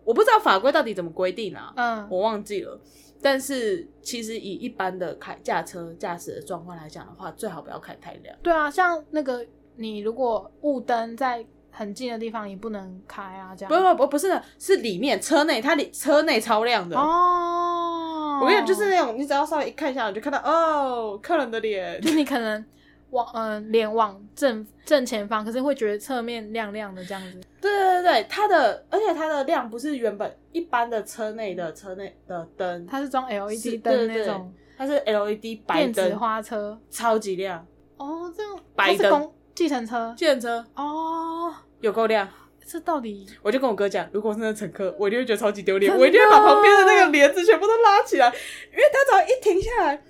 B: 我不知道法规到底怎么规定啊，
A: 嗯，
B: 我忘记了。但是其实以一般的开驾车驾驶的状况来讲的话，最好不要开太亮。
A: 对啊，像那个你如果雾灯在很近的地方，也不能开啊，这样。
B: 不不不，不是的，是里面车内，它里车内超亮的。
A: 哦，
B: 我跟你讲，就是那种你只要稍微一看一下，你就看到哦，客人的脸
A: 就。你可能往嗯、呃、脸往正正前方，可是会觉得侧面亮亮的这样子。
B: 对对对对，它的而且它的亮不是原本一般的车内的车内的灯，
A: 它是装
B: 是
A: LED
B: 对
A: 灯
B: 对
A: 那种
B: 它是 LED 白
A: 电子
B: 灯，
A: 花车。
B: 超级亮。
A: 哦，这样
B: 白
A: 它是
B: 灯
A: 公计程车。
B: 计程车
A: 哦，
B: 有够亮。
A: 这到底
B: 我就跟我哥讲，如果我是那乘客，我一定会觉得超级丢脸，
A: 真的
B: 我一定会把旁边的那个帘子全部都拉起来，因为他只要一停下来，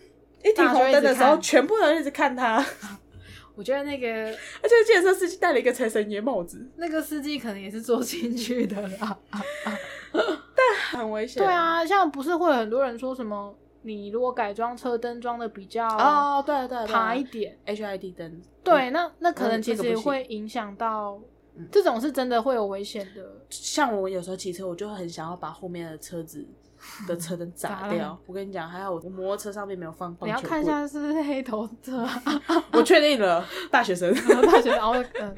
B: 一停红灯的
A: 大家就一
B: 时
A: 直
B: 候，
A: 看
B: 全部人一直看他， *laughs*
A: 我觉得那个
B: 而且健身司机戴了一个财神爷帽子，
A: 那个司机可能也是做进去的啦。
B: 很危险。
A: 对，啊，像不是会有很多人说什么，你如果改装车灯装的比较啊
B: 哦，对对对，
A: 爬一点，
B: HID 灯，
A: 对，那那可能
B: 嗯
A: 其
B: 这个
A: 实
B: 不行
A: 会影响到
B: 嗯，
A: 这种是真的会有危险的。
B: 像我有时候骑车，我就很想要把后面的车子的车灯
A: *laughs* 砸
B: 砸
A: 烂
B: 掉。我跟你讲，还好我摩托车上面没有放棒
A: 你要
B: 球
A: 看一
B: 棍，
A: 下是不是黑头车啊，
B: 我确定了，大
A: *laughs*
B: 学生。
A: 然后大学，然后嗯，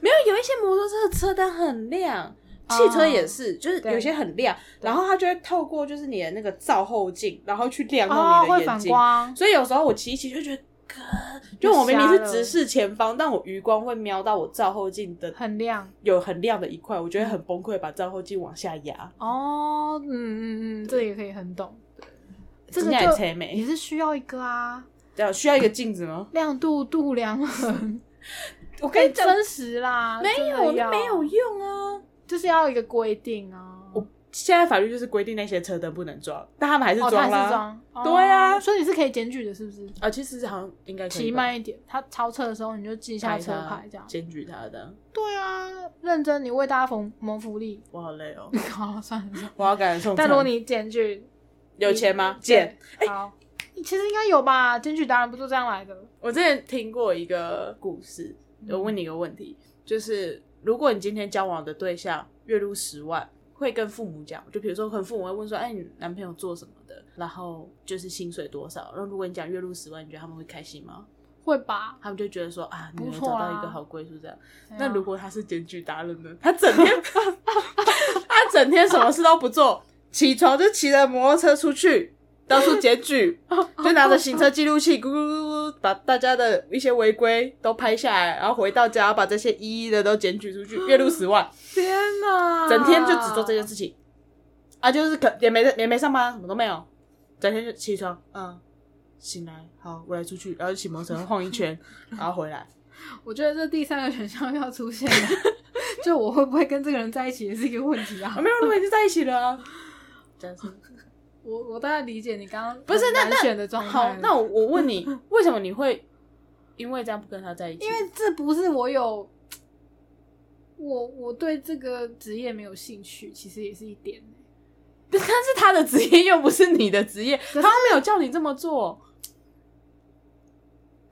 B: 没有，有一些摩托车的车灯很亮，汽车也是，就是
A: 哦对
B: 有些很亮，然后它就会透过就是你的那个照后镜，然后去亮
A: 哦
B: 到你的
A: 会
B: 眼
A: 反
B: 睛。
A: 光，
B: 所以有时候我骑一骑就觉得，哥，就我明明
A: 瞎
B: 是
A: 了
B: 直视前方，但我余光会瞄到我照后镜的
A: 很亮
B: 有很亮的一块，我觉得很崩溃，把照后镜往下压。
A: 哦，嗯嗯嗯，这也可以很懂，这个
B: 真的很
A: 就
B: 催
A: 也
B: 眉，
A: 是需要一个啊，
B: 这样需要一个镜子吗？
A: 亮度度量衡，
B: 我跟你
A: 很
B: 讲，
A: 真实啦，
B: 哎没有，
A: 啊真的
B: 那
A: 要
B: 没有，用啊。
A: 就是要一个规定啊。
B: 我现在法律就是规定那些车灯不能装，但他们还是
A: 哦，
B: 装
A: 他还
B: 啦。
A: 是装，哦
B: 对啊
A: 所以你是可以检举的，是不是？
B: 啊，其实好像应该可以
A: 骑
B: 吧
A: 慢一点，他超车的时候你就记一下
B: 拍
A: 车
B: 他
A: 牌，这样。
B: 检举他的。
A: 对啊，认真，你为大家谋谋福利。
B: 我 *laughs* 好累哦，
A: 好，算了算了。
B: 我要赶送餐。
A: 但如果你检举，
B: 有钱吗？见。哎
A: 对好，其实应该有吧？检举达人不就这样来的？
B: 我之前听过一个故事，
A: 嗯
B: 我问你一个问题，就是如果你今天交往的对象月入十万，会跟父母讲，就比如说可能父母会问说，哎，你男朋友做什么的？然后就是薪水多少？然后如果你讲月入十万，你觉得他们会开心吗？
A: 会吧？
B: 他们就觉得说啊，你
A: 不
B: 能
A: 错
B: 找到一
A: 啊
B: 个好归宿这样。
A: 对啊
B: 那如果他是检举达人呢？他整天，
A: *laughs*
B: 他整天什么事都不做，起床就骑着摩托车出去到处检
A: *laughs*
B: 举，就拿着行车记录器咕咕咕咕把大家的一些违规都拍下来，然后回到家把这些一一的都检举出
A: 啊
B: 去，月入十万，
A: 天哪，
B: 整天就只做这件事情，啊，就是可也没也没上班，什么都没有，整天就起床，嗯，醒来好，我来出去，然后就骑摩托车晃
A: *laughs*
B: 一圈，然后回来。
A: 我觉得这第三个选项要出现了， *laughs* 就我会不会跟这个人在一起也是一个问题啊
B: 啊，。没有，你们已经在一起了、啊。这样子
A: 我我大概理解你刚刚
B: 不是那
A: 很难
B: 那
A: 选的状态
B: 好
A: 了，
B: 那我我问 *laughs* 你，为什么你会因为这样不跟他在一起？
A: 因为这不是我有，我我对这个职业没有兴趣，其实也是一点。欸
B: 但是他的职业又不是你的职业，
A: 是
B: 他没有叫你这么做，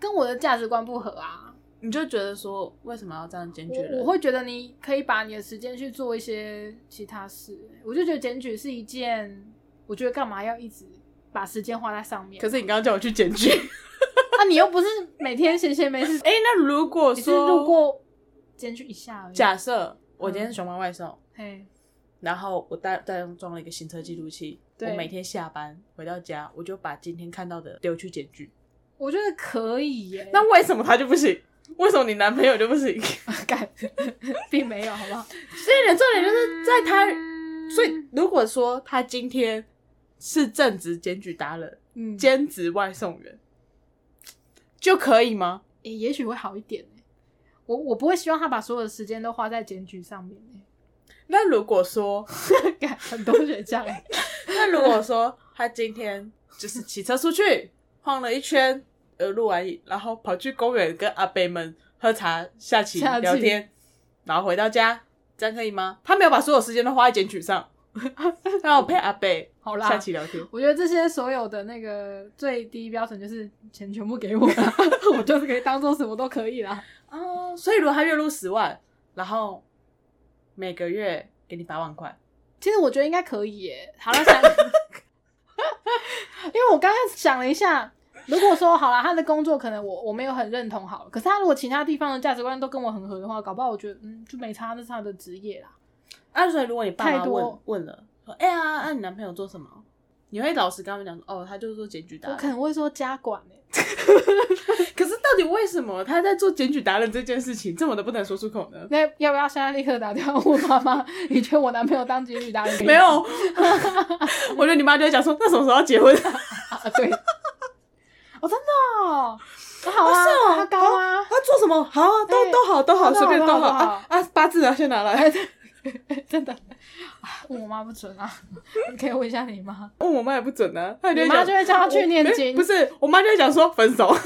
A: 跟我的价值观不合啊。
B: 你就觉得说为什么要这样检举人？
A: 我我会觉得你可以把你的时间去做一些其他事，欸我就觉得检举是一件，我觉得干嘛要一直把时间花在上面？
B: 可是你刚刚叫我去检 *laughs* 举，
A: 啊，你又不是每天闲闲没事，
B: 哎、那如果嗯
A: 你是
B: 说
A: 路过检举一下而已。
B: 假设我今天是熊猫外送，
A: 嘿，
B: 然后我带带装了一个行车记录器，我
A: 对
B: 每天下班回到家，我就把今天看到的丢去检举。
A: 我觉得可以耶。
B: 那为什么他就不行？为什么你男朋友就不行？ *laughs*
A: 改 *laughs* 并没有，好不好？
B: 所以呢，重点就是在他，
A: 嗯
B: 所以如果说他今天是正职检举达人、
A: 嗯，
B: 兼职外送员，就可以吗？
A: 诶、也许会好一点、欸、我我不会希望他把所有的时间都花在检举上面、
B: 那如果说， *laughs*
A: 欸 *laughs* 干很多学长、欸，
B: 那如果说他今天就是骑车出去晃了一圈，呃，录完影，然后跑去公园跟阿伯们喝茶、下棋、
A: 下棋
B: 聊天，然后回到家，这样可以吗？他没有把所有时间都花在检举上， *laughs* 他有陪阿伯
A: 好
B: 下
A: 啦。
B: 棋聊天。
A: 我觉得这些所有的那个最低标准就是钱全部给我啦， *laughs* 我就是可以当做什么都可以啦。
B: 哦，所以如果他月入十万，然后每个月给你八万块，
A: 其实我觉得应该可以耶。好了，想，
B: *laughs*
A: 因为我刚刚想了一下，如果说好了，他的工作可能我我没有很认同好了，可是他如果其他地方的价值观都跟我很合的话，搞不好我觉得嗯就没差，那是他的职业啦。
B: 啊，所以如果你爸
A: 太
B: 妈
A: 多
B: 问问了，说哎呀，啊你男朋友做什么？你会老实跟他们讲说，哦，他就是做检举达
A: 我
B: 人。
A: 可能会说家管欸耶
B: *laughs* 可是到底为什么他在做检举达人这件事情这么的不能说出
A: *laughs*
B: 口呢？
A: 那要不要现在立刻打电话问妈妈？你觉得我男朋友当警女达人可以吗
B: *laughs* 没有，我觉得你妈就会讲说，那什么时候要结婚？ *laughs*
A: 啊？对，哦，真的、哦，好啊，他高啊，
B: 他做什么？好啊，
A: 对
B: 都都好，都好，
A: 都好
B: 随便都
A: 都
B: 好
A: 好都好
B: 啊啊！八字啊，先拿来。
A: *laughs*
B: *laughs*
A: 真的，啊问我妈不准啊， *laughs* 你可以问一下你妈。
B: 问我妈也不准呢，她
A: 你
B: 会
A: 妈
B: 讲
A: 就会叫她去念
B: 我
A: 经
B: 哎不是，我妈就会讲说分手。 *laughs*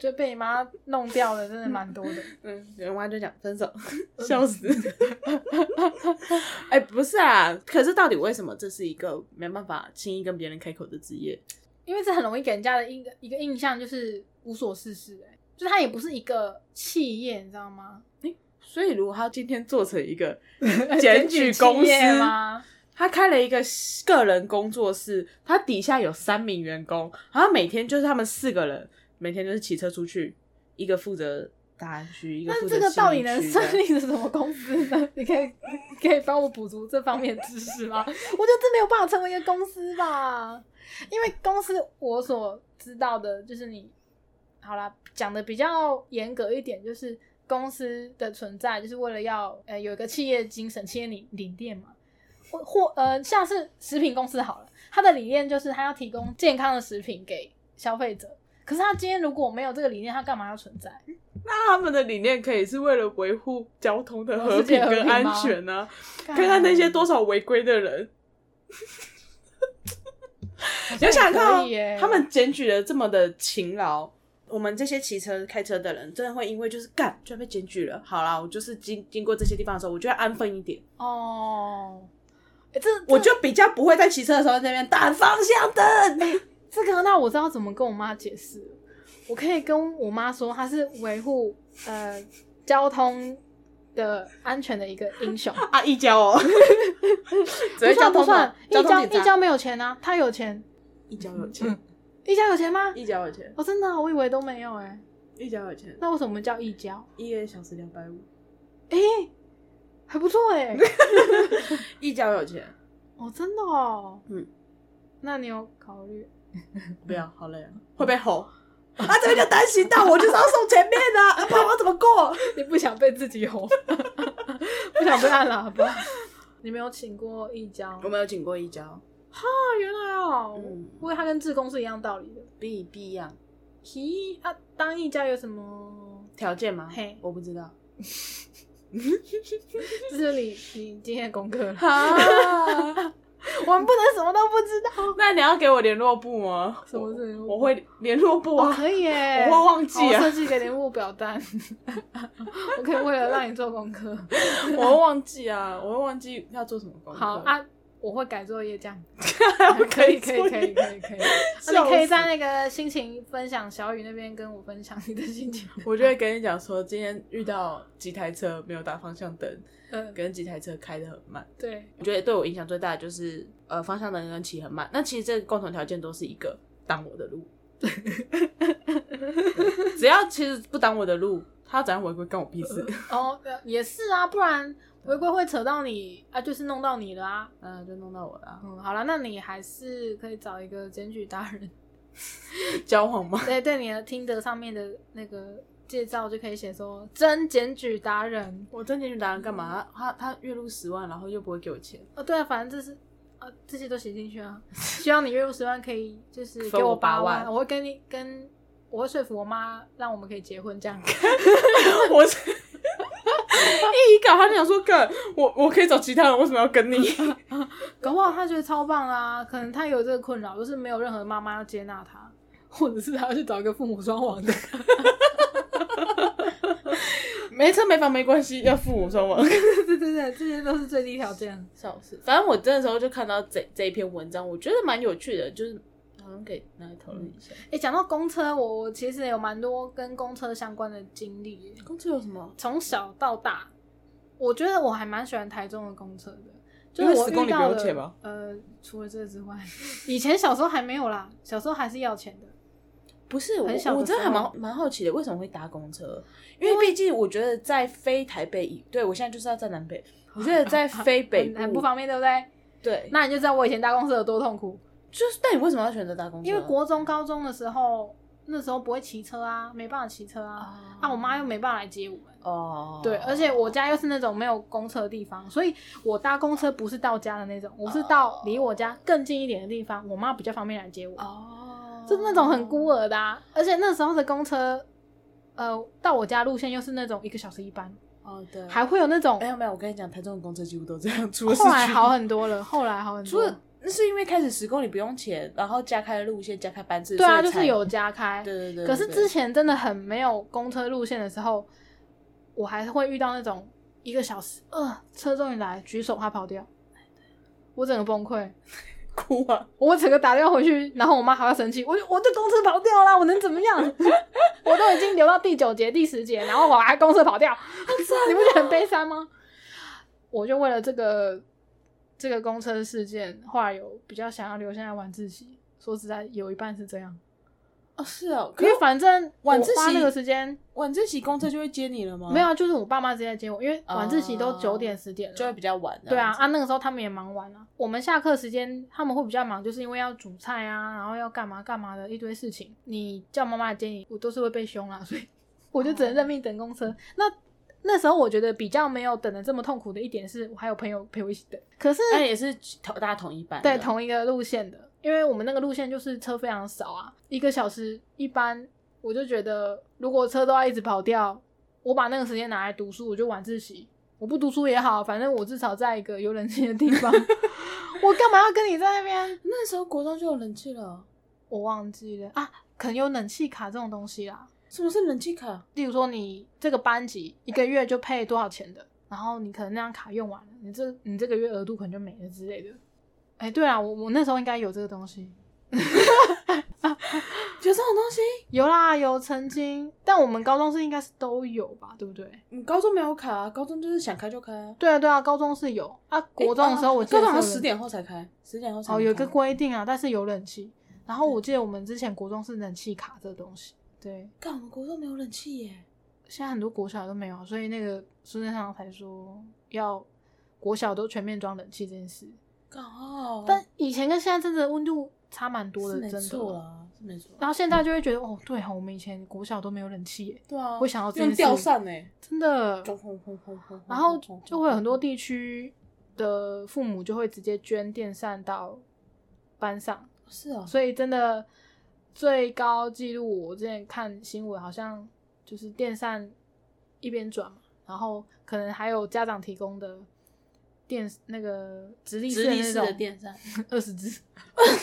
A: 就被你妈弄掉了，真的蛮多的。
B: 嗯，我妈就讲分手，
A: 嗯
B: 笑
A: *laughs*
B: 死。哎、不是啊，可是到底为什么这是一个没办法轻易跟别人开口的职业？
A: 因为这很容易给人家的一个一个印象就是无所事事、欸，就他也不是一个企业，你知道吗？
B: 所以，如果他今天做成
A: *laughs*
B: 一个检举
A: 企
B: 公司
A: 业吗？
B: 他开了一个个人工作室，他底下有三名员工，然后每天就是他们四个人，每天就是骑车出去，一个负责大安区，一个
A: 那
B: 负责
A: 这个到底
B: 信义
A: 能
B: 区
A: 设
B: 这样
A: 立的什么公司呢？ *laughs* 你可以可以帮我补足这方面的知识 *laughs* 吗？我觉得这没有办法成为一个公司吧，因为公司我所知道的就是你，好啦，讲的比较严格一点，就是公司的存在就是为了要呃有一个企业精神、企业理理念嘛，或或呃像是食品公司好了，它的理念就是它要提供健康的食品给消费者。可是它今天如果没有这个理念，它干嘛要存在？
B: 那他们的理念可以是为了维护交通的和
A: 世界
B: 平
A: 和
B: 跟
A: 平
B: 安
A: 吗
B: 全啊呢、看看那些多少违规的人。你要想想看、
A: 好像也可以耶
B: 哦，他们检举的这么的勤劳，我们这些骑车、开车的人，真的会因为就是干就被检举了。好啦，我就是经经过这些地方的时候，我就要安分一 *laughs* 点，
A: 哦，欸、这
B: 我就比较不会在骑车的时候在那边打方向灯。
A: 这个，那我知道怎么跟我妈解释。我可以跟我妈说，她是维护呃交通的安全的一个英雄。
B: *laughs* 啊，一交哦， *laughs*
A: 不
B: 只会交
A: 算不
B: 通
A: 算
B: 吧，
A: 一
B: 交
A: 交
B: 通警
A: 一
B: 察，
A: 交没有钱啊，她有钱，
B: 一嗯交有钱，
A: 一交有钱吗？
B: 一交有钱，
A: 哦，真的啊、我以为都没有哎、
B: 一交有钱，
A: 那为什么叫一交？
B: 一个小时两百五，
A: 哎、还不错
B: *laughs*
A: 哎、
B: 一交有钱，
A: 哦，真的哦，
B: 嗯，
A: 那你有考虑？
B: 不要，好累啊，会被吼。 *laughs* 啊，这边就单行道，我就是要送前面的、啊，不然我怎么过？
A: 你不想被自己吼， *laughs* 不想被按喇叭。你没有请过一交？
B: 我没有请过一交，
A: 啊，原来哦，
B: 嗯
A: 不过他跟志工是一样道理的。
B: 必必样
A: 咦啊，当一家有什么？
B: 条件吗？
A: 嘿
B: 我不知道。
A: 这是你你今天的功课了。 *laughs*
B: 啊，
A: 我们不能什么都不知道。
B: *laughs* 那你要给我联络部吗？
A: 什么是哦哎联络部
B: 我会联络部
A: 我
B: 啊，
A: 可以耶，
B: 我会忘记
A: 好
B: 啊
A: 我设计一个年目表单， *laughs* 我可以为了让你做功课。
B: *laughs* 我会忘记啊，我会忘记要做什么功课。 *laughs*
A: 好，啊，我会改作业这样。
B: 我
A: *laughs* 可以可
B: 做
A: 以可以可以
B: *laughs*
A: 可以，那
B: 笑
A: 你可以
B: 死
A: 在那个心情分享小雨那边跟我分享你的心情。
B: 我就会跟你讲说，今天遇到几台车没有打方向灯，
A: 嗯，
B: 跟几台车开的很慢。
A: *laughs* 对，
B: 我觉得对我影响最大的就是，呃，方向灯跟骑很慢。那其实这个共同条件都是一个挡我的路， *laughs* 对只要其实不挡我的路，他怎样违规干我屁事。 *laughs*
A: 哦，呃也是啊，不然违规会扯到你啊，就是弄到你了啊。
B: 嗯，就弄到我了啊、
A: 嗯，好了，那你还是可以找一个检举达人， *laughs*
B: 交往吗？
A: 对对，你的听得上面的那个介绍就可以写说真检举达人。
B: 我真检举达人干嘛？他他月入十万，然后又不会给我钱，
A: 哦，对啊，反正这是啊，这 *laughs* 些都写进去啊。希望你月入十万可以就是
B: 分
A: 给
B: 我
A: 八
B: 八
A: 万，
B: 万
A: 我会跟你跟我会说服我妈让我们可以结婚这样。
B: *laughs* 我是 *laughs* 一搞他就想说，干我我可以找其他人，为什么要跟你？ *laughs*
A: 搞不好他觉得超棒啊，可能他有这个困扰，就是没有任何妈妈要接纳他， *laughs* 或者是他要去找一个父母双亡的。
B: 没车没房没关系，要父母双亡。
A: *laughs* 对对对，这些都是最低条件。
B: 笑死！反正我这时候就看到这这一篇文章，我觉得蛮有趣的，就是好像可以拿来讨论一下。
A: 哎、讲到公车，我我其实有蛮多跟公车相关的经历耶。
B: 公车有什么？
A: 从小到大，我觉得我还蛮喜欢台中的公车的。就
B: 因为
A: 是我
B: 10公
A: 遇
B: 里不
A: 到
B: 用
A: 了
B: 钱吗
A: 呃，除了这之外， *laughs* 以前小时候还没有啦，小时候还是要钱的。
B: 不是我，
A: 很小的
B: 我真的还
A: 时候
B: 蛮蛮好奇的，为什么会搭公车？因为毕竟我觉得在非台北以，对我现在就是要在
A: *laughs*
B: 南北，我觉得在非北
A: 很很
B: 部
A: 不方便，对不对？
B: 对，
A: 那你就知道我以前搭公车有多痛苦。
B: 就是但你为什么要选择搭公车？
A: 因为国中、高中的时候，那时候不会骑车啊，没办法骑车啊，
B: 哦
A: 啊，我妈又没办法来接我们。
B: 哦，
A: 对，而且我家又是那种没有公车的地方，所以我搭公车不是到家的那种，我是到离我家更近一点的地方，我妈比较方便来接我，
B: 哦，
A: 就是那种很孤儿的、啊。而且那时候的公车，呃，到我家路线又是那种一个小时一班，
B: 哦，对，哎
A: 还会有那种
B: 没有没有，我跟你讲，台中的公车几乎都这样，除了市
A: 后来
B: 区，
A: 好很多了，后来好很
B: 除
A: 多
B: 了。那是因为开始十公里不用钱，然后加开路线、加开班次，
A: 对啊，
B: 所
A: 就
B: 以才
A: 是有加开，
B: 对对对对
A: 可是
B: 对
A: 之前真的很没有公车路线的时候，我还是会遇到那种一个小时，呃，车终于来，举手怕跑掉，我整个崩溃，
B: 哭啊，
A: 我整个打电话回去，然后我妈还要生气，我就我就公车跑掉啦，我能怎么样？我都已经留到第九节、第十节，然后我还公车跑
B: *laughs*
A: 掉，你不觉得很悲伤吗？我就为了这个这个公车事件，后来有比较想要留下来晚自习。说实在，有一半是这样。
B: *laughs* 哦是哦，可
A: *laughs* 因
B: 是
A: 为反正
B: 晚自
A: 我花
B: 习
A: 那个时间
B: 晚自习公车就会接你了吗？
A: 没有，啊，就是我爸妈直接来接我，因为晚自习都
B: 嗯哦
A: 九点十点了，
B: 就会比较晚。
A: 对啊，啊，那个时候他们也忙完了、我们下课时间他们会比较忙，就是因为要煮菜啊，然后要干嘛干嘛的一堆事情。你叫妈妈来接你，我都是会被凶啦，所以我就只
B: 哦
A: 能认命等公车。那那时候我觉得比较没有等的这么痛苦的一点是，我还有朋友陪我一起等。可是
B: 那也是同大家同一班的，
A: 对，同一个路线的，因为我们那个路线就是车非常少啊，一个小时一班，我就觉得如果车都要一直跑掉，我把那个时间拿来读书，我就晚自习，我不读书也好，反正我至少在一个有冷气的地方，我干嘛要跟你在那边？
B: 那时候国中就有冷气了。
A: 我忘记了啊，可能有冷气卡这种东西啦，
B: 什么是冷气卡？
A: 例如说你这个班级一个月就配多少钱的，然后你可能那张卡用完了，你这你这个月额度可能就没了之类的。哎、对啊，我我那时候应该有这个东西，
B: 有这种东西？
A: 有啦，有曾经，但我们高中是应该是都有吧，对不对？
B: 你嗯高中没有卡、啊，高中就是想开就开、啊。
A: 对啊，对啊，高中是有啊，国中的时候我记
B: 高
A: 得
B: 中好像
A: 是有
B: 十点后才开，十点后才
A: 哦，有一个
B: 关。
A: 规定啊，但是有冷气。然后我记得我们之前国中是冷气卡这个东西，对，
B: 干，我们国中没有冷气耶。
A: 现在很多国小都没有，啊所以那个苏贞昌才说要国小都全面装冷气这件事。
B: 干哦，
A: 但以前跟现在真的温度差蛮多
B: 是
A: 的，
B: 没
A: 真
B: 错啊
A: 的。
B: 啦，是没错。
A: 然后现在就会觉得，哦，对哦，我们以前国小都没有冷气耶，
B: 对啊，
A: 我想要这件
B: 用
A: 事
B: 吊扇欸呢、
A: 真的。
B: 轰轰轰轰轰轰
A: 然后
B: 轰轰
A: 就会有很多地区的父母就会直接捐电扇到班上，
B: 是啊，
A: 所以真的最高纪录，我之前看新闻好像就是电扇一边转嘛，然后可能还有家长提供的电那个直立式
B: 直
A: 的
B: 立
A: 那
B: 式的
A: 种 *laughs*
B: 电扇，
A: 二十只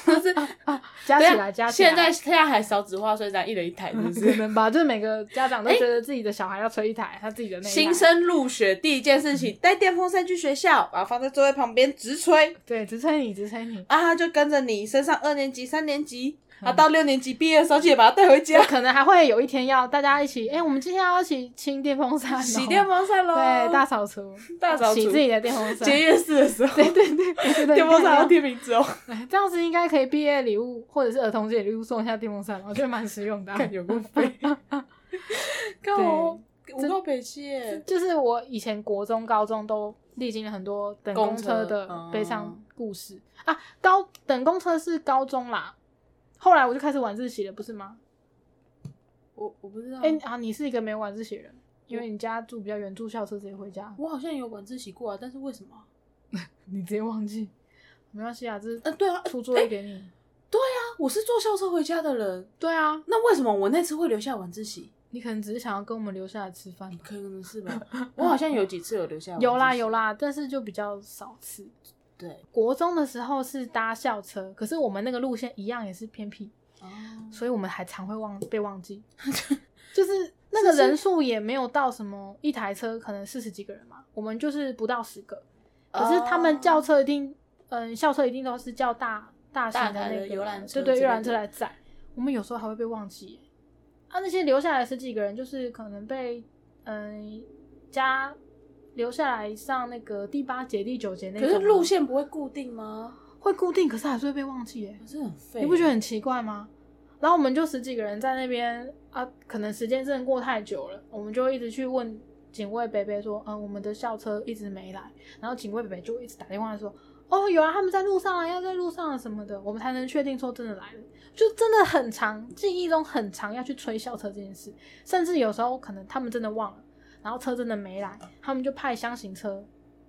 B: 就是
A: 啊，加起来加起来，
B: 啊现在现在还少子化，所以咱一人一台，是
A: *laughs*
B: 不
A: 可
B: 是？
A: 能吧，就是每个家长都觉得自己的小孩要吹一台，他自己的那一台
B: 哎新生入学第一件事情，带电风扇去学校，把它放在座位旁边直吹，
A: 对直吹你直吹你，
B: 啊，他就跟着你升上二年级、三年级，
A: 嗯
B: 啊，到六年级毕业的时候，记得把它带回家
A: *laughs* 就，可能还会有一天要大家一起，哎、我们今天要一起清电风扇哦、
B: 洗电风扇喽，
A: 对，大扫除，
B: 大扫除
A: 洗自己的电风扇，
B: 结业式的时候，
A: 对对对 *laughs* 对对对，
B: 电风扇还要
A: 你
B: 贴名字哦，
A: 看这样子应该可以毕业礼物或者是儿童节礼物送一下电风扇，我觉得蛮实用的啊、
B: 看有够 *laughs* 废，看我我告北七耶，
A: 就是我以前国中、高中都历经了很多等公车
B: 哦
A: 的悲伤故事、啊。高等公车是高中啦，后来我就开始晚自习了，不是吗？
B: 我我不知道
A: 哎、啊，你是一个没有晚自习的人，因为你家住比较远，住校车直接回家。
B: 我好像有晚自习过啊，但是为什么啊？
A: *laughs* 你直接忘记，没关系啊，这是
B: 呃，对啊，呃
A: 出作业给你。
B: 对啊，我是坐校车回家的人，
A: 对啊，
B: 那为什么我那次会留下晚自习？
A: 你可能只是想要跟我们留下来吃饭吧？
B: 可能是吧，我好像有几次有留下晚自习。
A: 有啦有啦，但是就比较少次。
B: 对，
A: 国中的时候是搭校车，可是我们那个路线一样也是偏僻，
B: 哦，
A: 所以我们还常会忘被忘 *laughs* 记，就是那个人数也没有到什么一台车可能四十几个人嘛，我们就是不到十个，
B: 哦
A: 可是他们轿车一定，嗯，校车一定都是叫大大型
B: 大台的
A: 那个
B: 游
A: 嘛
B: 览车
A: 对对，
B: 之
A: 游
B: 类
A: 览车
B: 的
A: 来载，我们有时候还会被忘记耶，啊，那些留下来十几个人就是可能被嗯加留下来上那个第八节、第九节那
B: 可
A: 种，啊
B: 是路线不会固定吗？
A: 会固定，可是还是会被忘记耶。
B: 真的很废，欸
A: 你不觉得很奇怪吗？然后我们就十几个人在那边啊，可能时间真的过太久了，我们就一直去问警卫北北说，嗯，我们的校车一直没来。然后警卫北北就一直打电话说，哦，有啊，他们在路上啊，要在路上啊什么的，我们才能确定说真的来了。就真的很长，记忆中很长要去催校车这件事，甚至有时候可能他们真的忘了，然后车真的没来，他们就派箱型车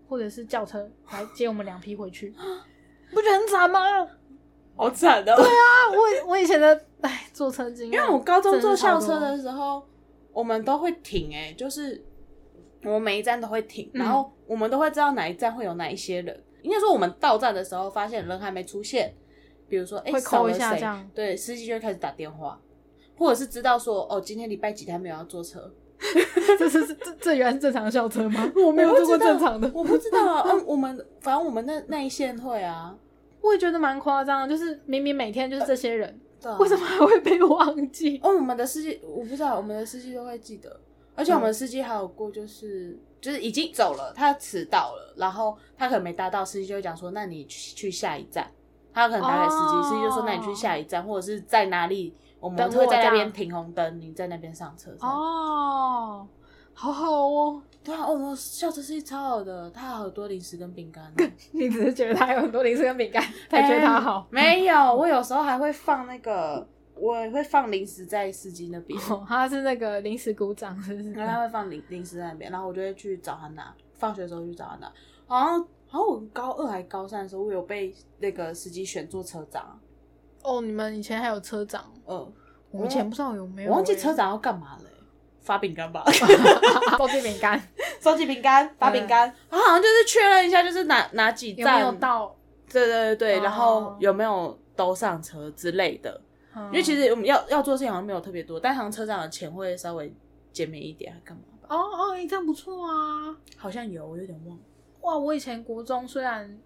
A: 或者是轿车来接我们两批回去，你不觉得很惨吗？
B: 好
A: *laughs*
B: 惨哦？对啊，
A: 啊，我以我以前的哎，坐车经历，
B: 因为我高中坐校车
A: 真
B: 的
A: 是
B: 时候，我们都会停、欸，哎，就是我们每一站都会停，
A: 嗯
B: 然后我们都会知道哪一站会有哪一些人。应该说我们到站的时候，发现人还没出现，比如说哎、
A: 会
B: 少
A: 扣
B: 了
A: 一下
B: 谁
A: 这样
B: 对，司机就会开始打电话，或者是知道说哦，今天礼拜几他没有要坐车，
A: 太多了 *laughs* 这是这这原来是正常的校车吗？
B: 我
A: 我没有
B: 不
A: 坐过
B: 知道
A: 正常的，
B: 我不知道啊，嗯，我们反正我们那那一线会啊，
A: 我也觉得蛮夸张的，就是明明每天就是这些人，
B: 对啊
A: 为什么还会被忘记？
B: 哦，我们的司机我不知道，我们的司机都会记得，而且我
A: 嗯
B: 们司机还有过就是、就是已经走了，他迟到了，然后他可能没搭到，司机就会讲说，那你去去下一站，他可能打给司机，
A: 哦
B: 司机就说那你去下一站，或者是在哪里，我们
A: 等
B: 会
A: 我
B: 在那
A: 这
B: 边
A: 样
B: 停红灯，你在那边上车。哦，
A: *laughs* 哦，好好哦，
B: 对啊，哦，我们校车司机超好的，他好多零食跟饼干哦、
A: 你只是觉得他有很多零食跟饼干，才觉得他好。
B: 哎没有，我有时候还会放那个，我也会放零食在司机那边。
A: 哦他是那个临时鼓掌，是不是？
B: 然后他会放零零食在那边，然后我就会去找他拿。放学的时候去找他拿，好像好像我高二还高三的时候，我有被那个司机选做车长，
A: 哦，你们以前还有车长，
B: 嗯，
A: 我以前不知道有没有、欸
B: 我忘记车，长要干嘛了欸、发
A: *laughs*
B: 饼干吧，
A: 包子饼干
B: 收集饼干，发饼干。他好像就是确认一下，就是哪哪几
A: 有没
B: 站
A: 有？到？
B: 对对对对，
A: 哦
B: 然后有没有都上车之类的。
A: 因
B: 因为其实我们要要做的事情好像没有特别多，但好像车长的钱会稍微减免一点，还干嘛吧？
A: 哦哦，哎这样不错啊。
B: 好像有，我有点忘了。
A: 哇，我以前国中虽然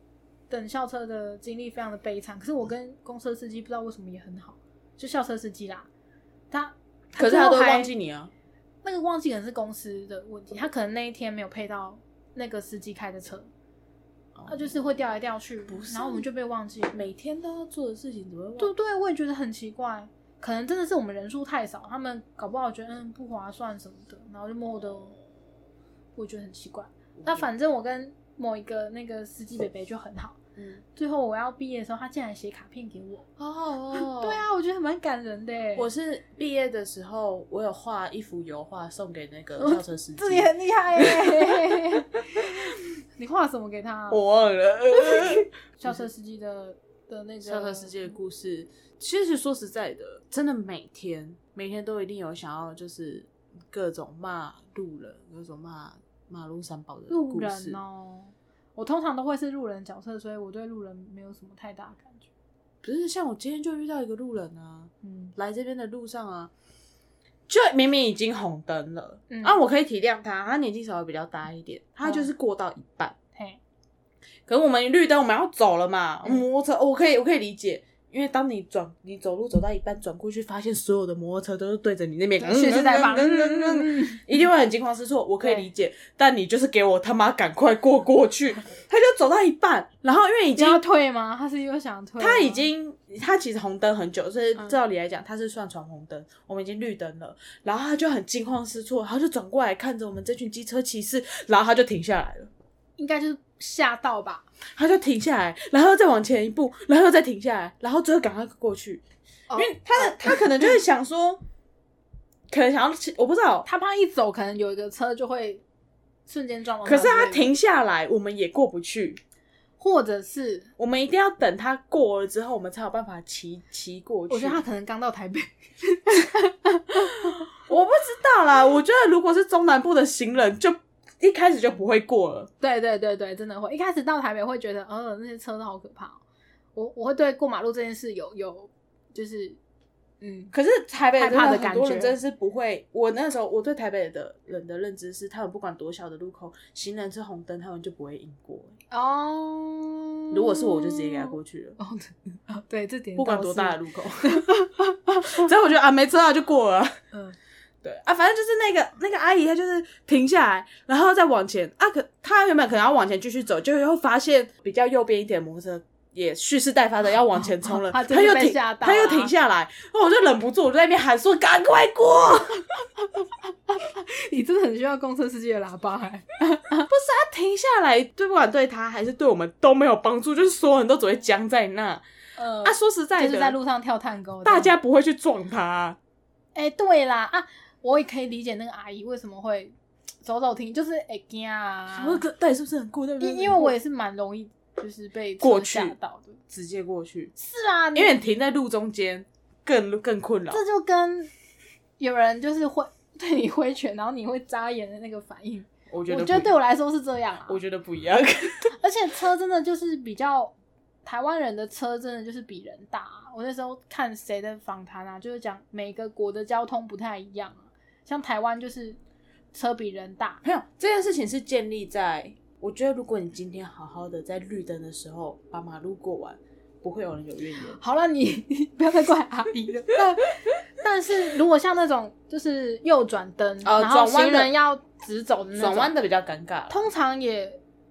A: 等校车的经历非常的悲惨，可是我跟公车司机不知道为什么也很好，就校车司机啦，他
B: 可是他都
A: 最后
B: 会
A: 还
B: 忘记你啊。
A: 那个忘记可能是公司的问题，他可能那一天没有配到那个司机开的车，他就是会调来调去
B: 不，是
A: 然后我们就被忘记了。
B: 每天都要做的事情，怎么会忘？
A: 对对，我也觉得很奇怪，可能真的是我们人数太少，他们搞不好觉得嗯不划算什么的，然后就默默的，我觉得很奇怪。那反正我跟某一个那个司机北北就很好。
B: 嗯，
A: 最后我要毕业的时候，他竟然写卡片给我。
B: 哦
A: 对，啊，我觉得蛮感人的欸耶。
B: 我是毕业的时候，我有画一幅油画送给那个校车司机
A: 自，己很厉害欸耶。 *laughs* 你画什么给他、
B: 我忘了。
A: 校车司机的的那个
B: *laughs* 校车司机的故事，其实说实在的，真的每天每天都一定有想要就是各种骂路人，各种骂马路三宝的
A: 路
B: 故事
A: 人哦。我通常都会是路人角色，所以我对路人没有什么太大的感觉。
B: 不是像我今天就遇到一个路人啊，
A: 嗯，
B: 来这边的路上啊，就明明已经红灯了，
A: 嗯
B: 啊，我可以体谅他，他年纪稍微比较大一点，他就是过到一半，
A: 嘿，
B: 可是我们绿灯我们要走了嘛，
A: 嗯
B: 摩托车、哦我可以我可以理解。因为当你转你走路走到一半转过去，发现所有的摩托车都是对着你那边，
A: 蓄势待发。
B: 嗯嗯嗯嗯嗯一定会很惊慌失措，我可以理解。但你就是给我他妈赶快过过去！他就走到一半，然后因为已
A: 你
B: 经
A: 要退吗？他是又想退吗，
B: 他已经，他其实红灯很久，所以
A: 嗯
B: 照理来讲，他是算闯红灯。我们已经绿灯了，然后他就很惊慌失措，他就转过来看着我们这群机车骑士，然后他就停下来了，
A: 应该就是吓到吧。
B: 他就停下来，然后再往前一步，然后又再停下来，然后最后赶快过去，
A: 因
B: 因为他
A: 哦
B: 的他可能就是想说，可能想要骑，我不知道，
A: 他怕一走，可能有一个车就会瞬间撞到。
B: 可是他，停下来，我们也过不去，
A: 或者是
B: 我们一定要等它过了之后，我们才有办法骑骑过去。
A: 我觉得他可能刚到台北，
B: 我不知道啦，我觉得如果是中南部的行人，就一开始就不会过了。
A: 对对对对，真的会一开始到台北会觉得，呃，那些车都好可怕、哦。我我会对过马路这件事有有就是嗯，
B: 可是台北真
A: 害怕的
B: 的很
A: 感
B: 多
A: 觉
B: 人真的是不会。我那时候我对台北的人的认知是，他们不管多小的路口，行人是红灯，他们就不会赢过。
A: 哦，
B: 如果是我，我就直接给他过去了，
A: 哦， *laughs* 对哦对，这点
B: 不管
A: 倒
B: 多
A: 是
B: 大的，路口。 *laughs* 只要我觉得啊没车啊就过了。
A: 嗯，
B: 对啊，反正就是那个那个阿姨，她就是停下来，然后再往前啊，可她原本可能要往前继续走，就又发现比较右边一点的摩托车也蓄势待发的要往前冲了，
A: 哦她真
B: 她
A: 是
B: 又
A: 被
B: 停，
A: 吓到
B: 她又
A: 啊
B: 停下来，然后我就忍不住，我就在那边喊说：“赶快过！”
A: 你真的很需要公车司机的喇叭、哎
B: 她停下来，对不管对她还是对我们都没有帮助，就是所有人都只会僵在那。
A: *laughs* 呃
B: 啊，说实在的，
A: 就是在路上跳探戈，
B: 大家不会去撞她。啊
A: 哎、对啦啊，我也可以理解那个阿姨为什么会走走停，就是哎惊啊，
B: 我到底是不是很酷？对不对？
A: 因因为我也是蛮容易就是被车
B: 过去
A: 吓到的，
B: 直接过去，
A: 是啊，你
B: 因为你停在路中间更更困扰。
A: 这就跟有人就是挥对你挥拳，然后你会眨眼的那个反应，
B: 我觉
A: 我
B: 得
A: 觉得
B: 不一
A: 对我来说是这样啊，
B: 我觉得不一样。 *laughs*
A: 而且车真的就是比较台湾人的车真的就是比人大、啊。我那时候看谁的访谈啊，就是讲每个国的交通不太一样啊，像台湾就是车比人大，
B: 没有这件事情是建立在，我觉得如果你今天好好的在绿灯的时候把马路过完，不会有人有怨言。
A: 好了，你 *laughs* 你不要再怪阿姨了。但但是如果像那种就是右转灯，
B: 呃
A: 然后
B: 转
A: 行
B: 弯的
A: 人要直走的那种
B: 转弯的比较尴尬啦，
A: 通常也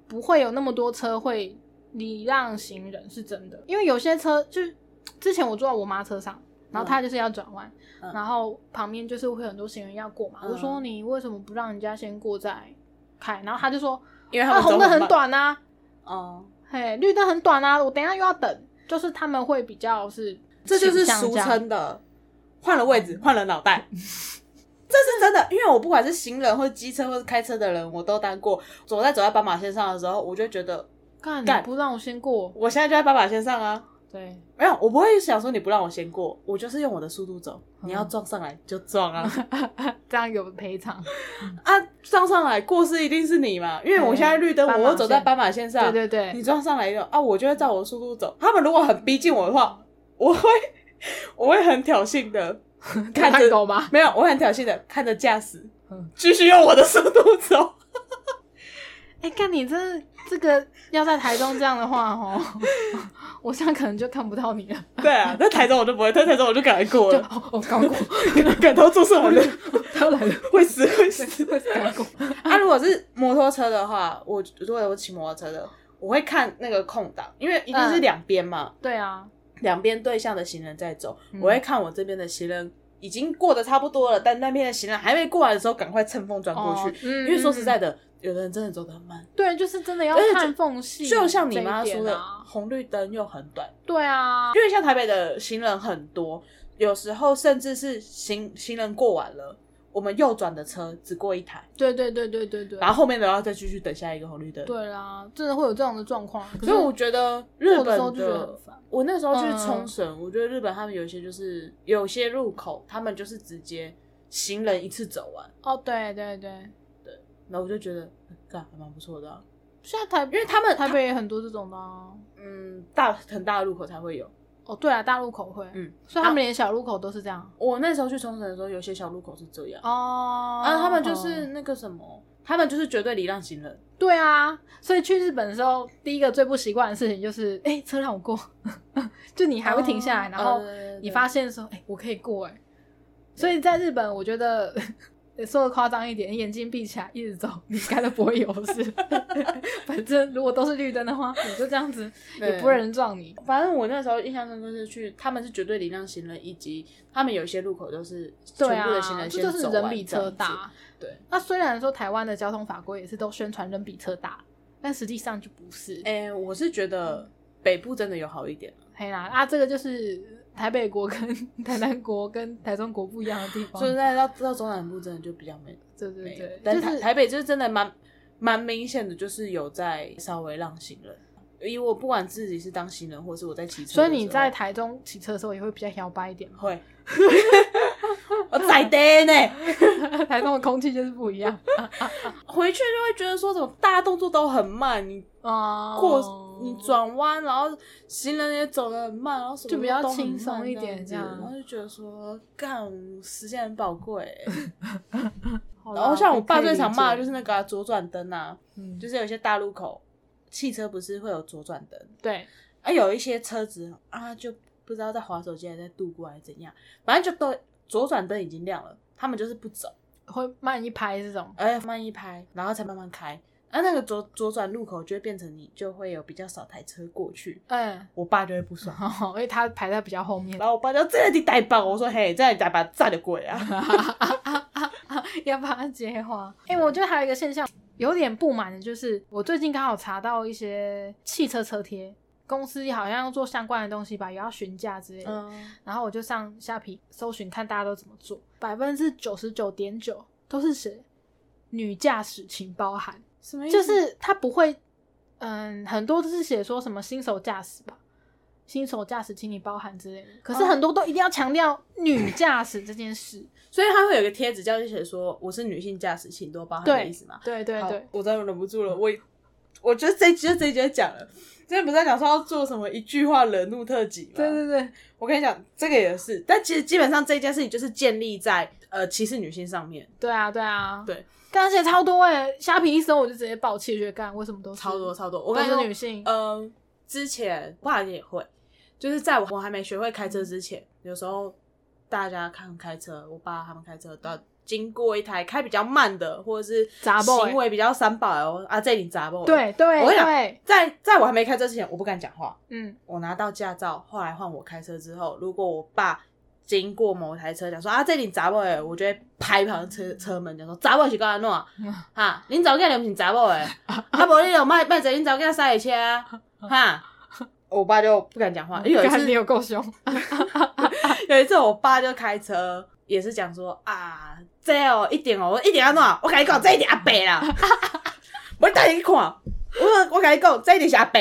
A: 不会有那么多车会礼让行人，是真的。因为有些车就是之前我坐在我妈车上，然后她就是要转弯，
B: 嗯
A: 然后旁边就是会有很多行人要过嘛。
B: 嗯
A: 我说你为什么不让人家先过再开？然后她就说
B: 因 *laughs* 为他
A: 啊
B: 们
A: 红
B: 走
A: 灯很
B: 慢。
A: 短啊，
B: 哦、
A: 嘿绿灯很短啊，我等一下又要等，就是他们会比较是
B: 这就是
A: 倾向
B: 俗
A: 这样
B: 称的换了位置，换了
A: *laughs*
B: 脑袋。这是真的，因为我不管是行人或机车或是开车的人，我都当过。走在走在斑马线上的时候，我就觉得
A: 干
B: 干
A: 你不让我先过，
B: 我现在就在斑马线上啊。
A: 对，
B: 没有，我不会想说你不让我先过，我就是用我的速度走。
A: 嗯
B: 你要撞上来就撞啊，
A: *laughs* 这样有赔偿。
B: 啊，撞上来过失一定是你嘛，因为我现在绿灯，
A: 哎
B: 我又走在
A: 斑
B: 斑马线上，
A: 对对对，
B: 你撞上来就啊，我就会照我的速度走。他们如果很逼近我的话，我会 *laughs* 我会很挑衅的，看
A: 看
B: 着
A: 狗吗？
B: 没有，我会很挑衅的看着驾驶
A: 嗯，
B: 继续用我的速度走。
A: *laughs* 哎、看你这这个要在台中这样的话哦， *laughs* 我现在可能就看不到你了。
B: 对啊，在台中我就不会，在台中我就赶快过
A: 就
B: 了，
A: 哦，哦，刚过，
B: *laughs* 赶到住宿我就
A: 他要来了，
B: 会死会死。
A: 会刚过。
B: *laughs* 啊，如果是摩托车的话，我如果我骑摩托车的，我会看那个空档，因为一定是
A: 嗯
B: 两边嘛。
A: *laughs* 对啊，
B: 两边对向的行人在走，
A: 嗯
B: 我会看我这边的行人已经过得差不多了，但那边的行人还没过来的时候，赶快乘风转过去。
A: 哦嗯
B: 因为说实在的，有的人真的走得很慢，
A: 对，就是真的要
B: 而且
A: 看缝隙、
B: 就像你妈
A: 这一
B: 说
A: 点
B: 的，
A: 啊，
B: 红绿灯又很短，
A: 对啊，
B: 因为像台北的行人很多，有时候甚至是行行人过完了。我们右转的车只过一台，
A: 对对对对对对，
B: 然后后面的要再继续等下一个红绿灯。，
A: 对啦，真的会有这样的状况。可
B: 所
A: 是
B: 以我觉得日
A: 过的
B: 本
A: 时候就觉得很烦
B: 我那时候去
A: 嗯
B: 冲绳，我觉得日本他们有一些就是有些入口，他们就是直接行人一次走完，
A: 哦，对对对，
B: 然后我就觉得，嗯干还蛮不错的啊、
A: 现在台
B: 因为他们
A: 台北也很多这种的、啊。
B: 嗯大很大的入口才会有，
A: 哦，对啊，大路口会，
B: 嗯，
A: 所以他们连小路口都是这样。
B: 我那时候去冲绳的时候，有些小入口是这样，
A: 哦，
B: 啊，他们就是那个什么，他们就是绝对礼让行人，
A: 对啊，所以去日本的时候，第一个最不习惯的事情就是，哎、车让我过， *laughs* 就你还会停下来，
B: 哦
A: 然后
B: 对对对对
A: 你发现说，哎、我可以过、哎，所以在日本，我觉得 *laughs* 说的夸张一点，你眼睛闭起来一直走，你应该都不会有
B: *laughs*
A: 事。反正如果都是绿灯的话，你就这样子，
B: 对
A: 也不会有人撞你。
B: 反正我那时候印象深刻是去，他们是绝对礼让行人，以及他们有些入口都是
A: 对
B: 全部
A: 啊
B: 的行，人
A: 这
B: 先
A: 就
B: 走
A: 是人
B: 完
A: 比
B: 这样
A: 车
B: 子
A: 大。
B: 对。
A: 那虽然说台湾的交通法规也是都宣传人比车大，但实际上就不是。
B: 哎、我是觉得北部真的有好一点。
A: 嘿啦，啊，这个就是台北国跟 *laughs* 台南国跟台中国不一样的地方。
B: 所以在到到中南部真的就比较没
A: 对对
B: 没有
A: 对，
B: 但
A: 就
B: 台
A: 是
B: 台北就是真的蛮蛮明显的，就是有在稍微让行人。以我不管自己是当行人，或是我在骑车的时
A: 所
B: 候，
A: 以你在台中骑车的时候也会比较摇摆一点嘛。 *laughs*
B: 会， *laughs* 我在呆呢，
A: 台中的空气就是不一
B: *laughs*
A: 样
B: 回去就会觉得说，怎么大家动作都很慢，你
A: 啊，
B: 过哦你转弯，然后行人也走得很慢，然后什么
A: 就比较
B: 都很慢
A: 轻松一点
B: 这样
A: 这
B: 子，
A: 样
B: 然后就觉得说，干时间很宝贵欸。
A: *laughs* 好啦，
B: 然后像我爸
A: 可以
B: 最常骂的
A: 理
B: 就
A: 解
B: 是那个啊左转灯啊，
A: 嗯
B: 就是有一些大路口汽车不是会有左转灯，
A: 对，
B: 啊有一些车子啊就不知道在划手机还是在度过还是怎样，反正就都左转灯已经亮了，他们就是不走。
A: 会慢一拍这种，
B: 哎，慢一拍，然后才慢慢开。啊，那个左左转路口就会变成你就会有比较少台车过去，
A: 嗯， *laughs* 哦
B: 我爸就会不爽，
A: 因为他排在比较后面，
B: 然后我爸就这里带棒，我说嘿，这里带棒炸的鬼啊！
A: *laughs* 要把它接话。哎、我觉得还有一个现象有点不满的，就是我最近刚好查到一些汽车车贴，公司好像要做相关的东西吧，也要询价之类的。
B: *laughs* 嗯，
A: 然后我就上虾皮搜寻看大家都怎么做，百分之九十九点九都是写女驾驶请包含，
B: 什么意思？
A: 就是他不会，嗯，很多都是写说什么新手驾驶吧。新手驾驶，请你包含之类的。可是
B: 哦
A: 很多都一定要强调女驾驶这件事。
B: 所以他会有一个贴纸，叫就写说我是女性驾驶，请多包涵的
A: 对
B: 意思嘛。
A: 对对
B: 好
A: 对，
B: 我真的忍不住了，我我觉得这一集就这一集就讲了，之前不是在讲说要做什么一句话惹怒特辑吗？
A: 对对对，
B: 我跟你讲，这个也是，但其实基本上这件事情就是建立在呃歧视女性上面，
A: 对啊，对啊，
B: 对，
A: 干而且超多哎、虾皮一搜我就直接爆气，觉得干为什么都是
B: 超多，超多。我
A: 都
B: 跟你
A: 是
B: 说
A: 女性，
B: 呃，之前我好像也会，就是在我我还没学会开车之前，有时候大家看开车，我爸他们开车都要经过一台开比较慢的，或者是
A: 杂 boy
B: 行为比较三宝哦啊，这里杂 boy。，
A: 对对
B: 我跟你讲
A: 对，
B: 在在我还没开车之前，我不敢讲话。
A: 嗯，
B: 我拿到驾照，后来换我开车之后，如果我爸经过某台车，讲说啊这里杂 boy，我就会拍旁车车门，讲说杂 boy 是干怎弄？哈，恁早间你不是查某诶，啊无你就卖卖坐恁早间塞的车啊，哈。我爸就不敢讲话，因为有一
A: 干你
B: 次
A: 有够凶，
B: *laughs* 有一次我爸就开车，也是讲说啊，这哦一点哦，我一点要弄，我跟你讲这一点阿伯啦，我带你去看，我我跟你讲这一点是阿伯。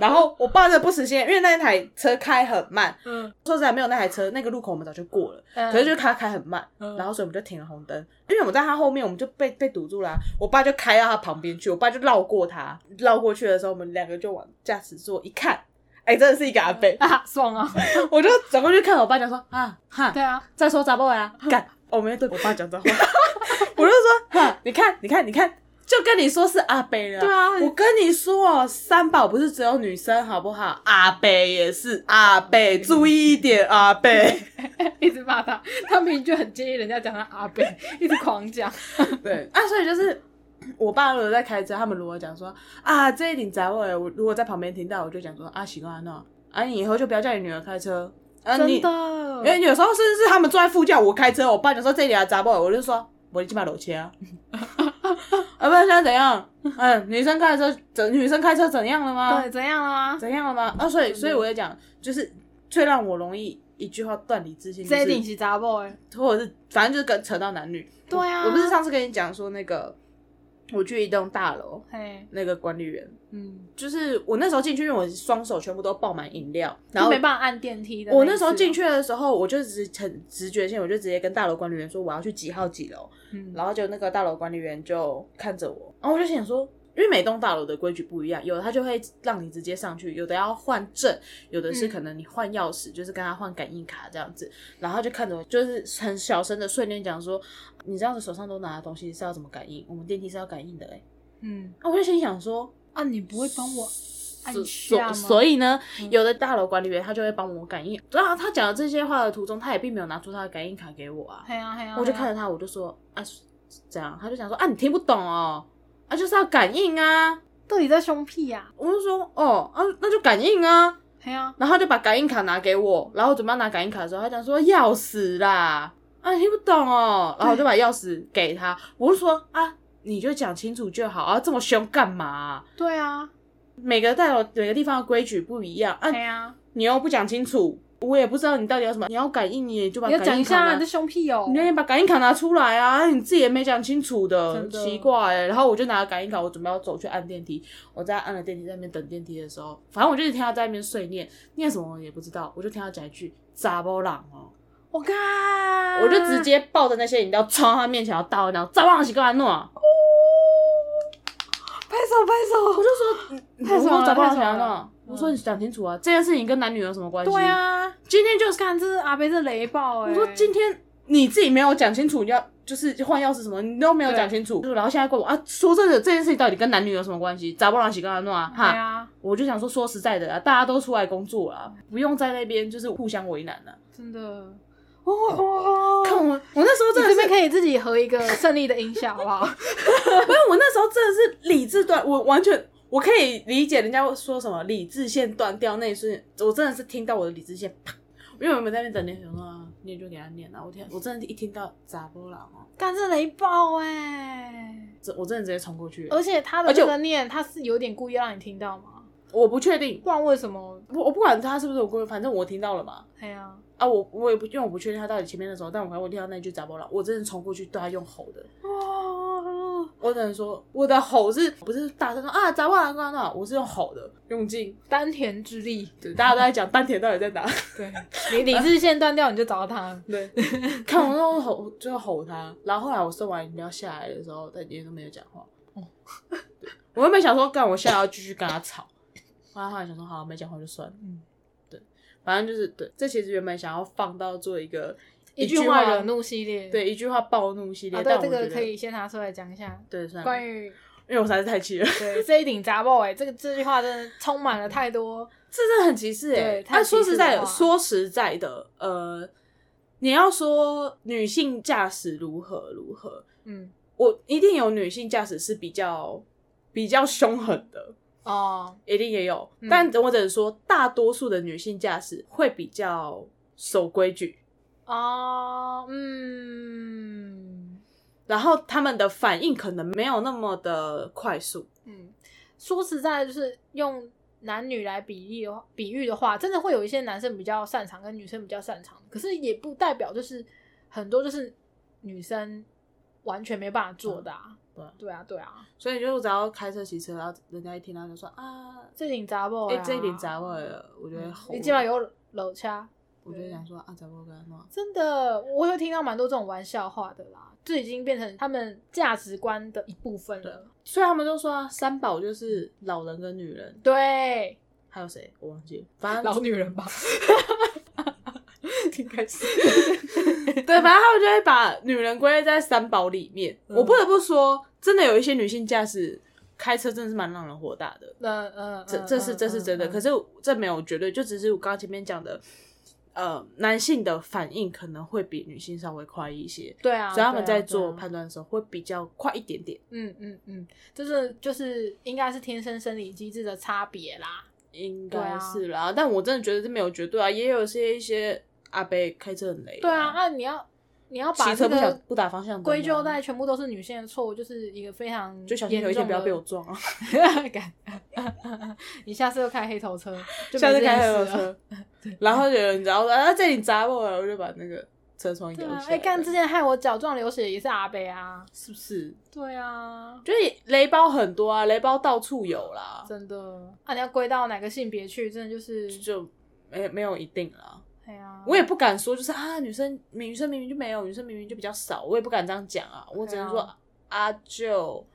B: 然后我爸就不死心，因为那一台车开很慢，
A: 嗯，
B: 说实在没有那台车，那个路口我们早就过了。可
A: 可
B: 是就是他开很慢，
A: 嗯
B: 然后所以我们就停了红灯，因为我们在他后面，我们就被被堵住了啊、我爸就开到他旁边去，我爸就绕过他，绕过去的时候，我们两个就往驾驶座一看，哎、真的是一个阿伯，
A: 啊爽啊，
B: 我就转过去看我爸，讲说啊哈，
A: 对啊，
B: 再说杂报呀，干，我没有对我爸讲这话， *laughs* 我就说哈，你看，你看，你看，就跟你说是阿伯了，
A: 对啊
B: 我跟你说哦，三宝不是只有女生好不好？阿伯也是阿伯，注意一点，阿 *laughs* 伯。
A: 一直骂他，他明明就很介意人家讲他阿北，一直狂讲，
B: 对啊，所以就是我爸如果在开车，他们如果讲说啊这一点窄位，我如果在旁边听到，我就讲说啊习惯了那，啊你以后就不要叫你女儿开车，啊你
A: 真，的
B: 因，为有时候甚至是他们坐在副驾，我开车，我爸就说这里啊窄位，我就说我起码楼切啊， *laughs* 啊不然现在怎样？嗯，女生开车怎女生开车怎样了吗？
A: 对，怎样了吗？
B: 怎样了吗？啊，所以所以我也讲，就是最让我容易一句话断理自信，就
A: 这一定
B: 是
A: 是杂 boy，
B: 或者是反正就是跟扯到男女。
A: 对啊
B: 我我不是上次跟你讲说那个，我去一栋大楼，
A: 嘿，
B: 那个管理员
A: 嗯，
B: 就是我那时候进去，因为我双手全部都爆满饮料，然
A: 就
B: 后
A: 没办法按电梯的一次哦，
B: 我那时候进去的时候，我就直很直觉性，我就直接跟大楼管理员说我要去几号几楼，
A: 嗯，
B: 然后就那个大楼管理员就看着我，然后我就想说。因为每栋大楼的规矩不一样，有的他就会让你直接上去，有的要换证，有的是
A: 嗯
B: 可能你换钥匙，就是跟他换感应卡这样子。然后他就看着我，就是很小声的训练讲说，你这样子手上都拿的东西是要怎么感应？我们电梯是要感应的哎、欸。
A: 嗯，
B: 啊，我就心想说，
A: 啊，你不会帮我按
B: 所
A: 啊下吗？
B: 所以呢，
A: 嗯
B: 有的大楼管理员他就会帮我感应。然后他讲的这些话的途中，他也并没有拿出他的感应卡给我啊。
A: 嘿啊，嘿啊嘿啊，
B: 我就看着他，我就说啊，这样，他就讲说啊，你听不懂哦，啊，就是要感应啊。
A: 到底在凶屁呀？
B: 我就说哦，啊，那就感应啊。
A: 嘿啊，
B: 然后他就把感应卡拿给我，然后我准备要拿感应卡的时候，他讲说钥匙啦，啊，你听不懂哦。然后我就把钥匙给他，我就说啊，你就讲清楚就好啊，这么凶干嘛啊、
A: 对啊，
B: 每个大楼每个地方的规矩不一样啊，
A: 对啊，
B: 你又不讲清楚，我也不知道你到底要什么，你要感应你也就把
A: 你要
B: 感
A: 讲一
B: 应卡
A: 下，
B: 拿
A: 你这凶屁哦、
B: 你那天把感应卡拿出来啊！你自己也没讲清楚的，
A: 真的
B: 奇怪、欸。然后我就拿了感应卡，我准备要走去按电梯。我在按了电梯，在那边等电梯的时候，反正我就是听他在那边碎念，念什么我也不知道，我就听他讲一句“杂波浪”哦，
A: 我看，
B: 我就直接抱着那些饮料冲到他面前要倒，然后“杂波浪”是干嘛弄啊？
A: 拍手拍
B: 我就说嗯：“
A: 太
B: 我
A: 爽
B: 说
A: 了
B: 杂波浪
A: 太
B: 是
A: 爽
B: 干嘛弄
A: 了
B: 啊？”我说：“你讲清楚啊，这件事情跟男女有什么关系？”
A: 手，对，啊，
B: 今天就是
A: 看这是阿贝这雷暴哎、
B: 我说今天你自己没有讲清楚，你要就是换钥匙什么，你都没有讲清楚。然后现在跟我啊，说真的，这件事情到底跟男女有什么关系？咋不让洗跟他弄啊？
A: 对
B: 哈，
A: 啊，
B: 我就想说，说实在的啊，大家都出来工作啦，不用在那边就是互相为难了、啊
A: 真的，哦哦哦，
B: 看我，我那时候
A: 你
B: 真的
A: 这
B: 是
A: 边，可以自己合一个胜利的音效，好不
B: *laughs*
A: 好？
B: 因为我那时候真的是理智断，我完全。我可以理解人家会说什么理智线断掉那一瞬间，我真的是听到我的理智线啪，因为我们在那边等那想说啊，念就给他念啊，我天，我真的一听到咋波浪哦，
A: 干这雷暴哎、
B: 这我真的直接冲过去了，
A: 而且他的
B: 而且
A: 这
B: 我
A: 个念，他是有点故意让你听到吗？
B: 我不确定，
A: 不然为什么？
B: 我我不管他是不是我故意，反正我听到了嘛。
A: 哎呀、
B: 啊，我我也不，因为我不确定他到底前面的时候，但我还会听到那句“杂波浪”，我真的冲过去对他用吼的。哦
A: 哇，
B: 我只能说，我的吼是不是大声说啊“杂波浪”干嘛？我是用吼的，用劲。
A: 丹田之力，
B: 对，大家都在讲丹田到底在哪？ *laughs*
A: 对你理智线断掉，你就找到他。
B: 对， *laughs* 看我那种吼，就吼他。然后后来我送完饮料下来的时候，他也都没有讲话。
A: 哦
B: 对我原本想说，干我下来要继续跟他吵，后来后来想说，好，没讲话就算了。
A: 嗯
B: 对，反正就是对，这其实原本想要放到做一个
A: 一句话惹怒系列，
B: 对，一句话暴怒系列，
A: 啊，
B: 但
A: 对，
B: 我
A: 这
B: 觉
A: 个
B: 得嗯
A: 可以先拿出来讲一下。
B: 对，算了，
A: 关于
B: 因为我实在是太气了， *laughs*
A: 对这一顶杂报哎，这个这句话真的充满了太多。
B: 这真的很歧视哎、
A: 对
B: 欸。
A: 太
B: 但说
A: 歧视
B: 实在
A: 的
B: 的，
A: 话
B: 说实在的，呃，你要说女性驾驶如何如何，
A: 嗯，
B: 我一定有女性驾驶是比较比较凶狠的，
A: 哦，
B: 一定也有，
A: 嗯
B: 但我只能说，大多数的女性驾驶会比较守规矩。
A: 哦，嗯
B: 然后他们的反应可能没有那么的快速，
A: 嗯，说实在，的，就是用男女来比例的话，比喻的话，真的会有一些男生比较擅长，跟女生比较擅长，可是也不代表就是很多就是女生完全没办法做的啊。
B: 嗯对啊
A: 对啊，对啊，
B: 所以就是只要开车、骑车，然后人家一听到就说啊，
A: 这顶杂报
B: 哎、
A: 啊，嗯
B: 这一点杂味了，我觉得好。
A: 你起码，有搂掐。
B: 我就想说啊，杂味跟他弄啊。
A: 真的，我会听到蛮多这种玩笑话的啦，这已经变成他们价值观的一部分了。
B: 所以他们都说啊，三宝就是老人跟女人，
A: 对，
B: 还有谁我忘记了，反正
A: 女人 *laughs* 吧，
B: 应
A: *laughs*
B: 该是。对，反正他们就会把女人归类在三宝里面。
A: 嗯
B: 我不得不说，真的有一些女性驾驶开车真的是蛮让人火大的，
A: 嗯嗯，
B: 这这是这是真的。可
A: 是
B: 是这没有绝对，就只是我刚刚前面讲的，呃，男性的反应可能会比女性稍微快一些。
A: 对啊，
B: 所以他们
A: 对啊
B: 在做，
A: 对啊
B: 判断的时候会比较快一点点，
A: 嗯嗯嗯，就是就是应该是天生生理机制的差别啦。
B: 应
A: 对啊
B: 该是啦。但我真的觉得这没有绝对啊，也有些一些阿伯开车很累，
A: 对啊，，那你要你要把
B: 骑
A: 这
B: 车不想
A: 个
B: 不打方向灯啊，
A: 归咎在全部都是女性的错误，就是一个非常
B: 就小心有
A: 严
B: 一
A: 重
B: 天不要
A: 的
B: 被我撞啊，
A: *laughs* 干你下次又开黑头
B: *laughs*
A: 车，就没
B: 下次
A: 这件
B: 开
A: 事
B: 黑
A: 了
B: 车，然后有人只要说啊这里砸我了，我就把那个车窗
A: *laughs*
B: 摇
A: 对
B: 起
A: 啊
B: 来，，
A: 哎、干之前害我脚撞流血也是阿北啊。
B: 是不是？
A: 对啊，
B: 就是雷包很多啊，雷包到处有啦，
A: 真的啊，你要归到哪个性别去，真的就是，
B: 就没没有一定啦。
A: 哎呀，
B: 我也不敢说，就是啊，女生女生明明就没有，女生明明就比较少，我也不敢这样讲啊。我只能说啊，就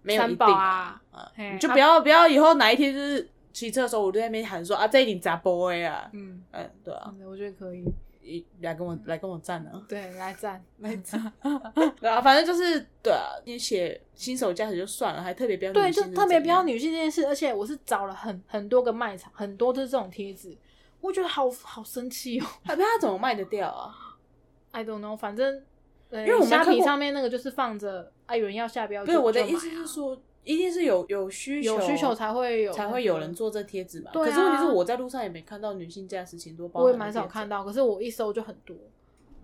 B: 没有一
A: 三
B: 定
A: 宝啊，
B: 啊
A: 嘿
B: 你就
A: 啊
B: 不要不要以后哪一天就是骑车的时候，我就在那边喊说啊，这一顶砸波 A 啊，
A: 嗯，
B: 嗯，对啊，
A: 真的我觉得可以，
B: 一来跟我来跟我站啊，
A: 对，来
B: *laughs*
A: 赞，
B: 来
A: *laughs*
B: 站，对啊，反正就是对啊，你写新手驾驶就算了，还特别标
A: 对，
B: 女
A: 就
B: 性是
A: 特别
B: 怎
A: 标
B: 样，
A: 女性这件事，而且我是找了很很多个卖场，很多都是这种贴纸，我觉得好好生气哦
B: 啊不然他怎么卖得掉啊？
A: ，I don't know，反正。因
B: 因为我没
A: 虾
B: 看
A: 皮
B: 过
A: 上面那个就是放着，啊，有人要下标就，
B: 不是我的
A: 就买啊
B: 意思是说，一定是有有需求，
A: 有需求才会有
B: 才会有人做这贴纸嘛。
A: 对啊
B: 可是问题是我在路上也没看到女性驾驶请多包，
A: 我也蛮少看，到，可是我一搜就很多，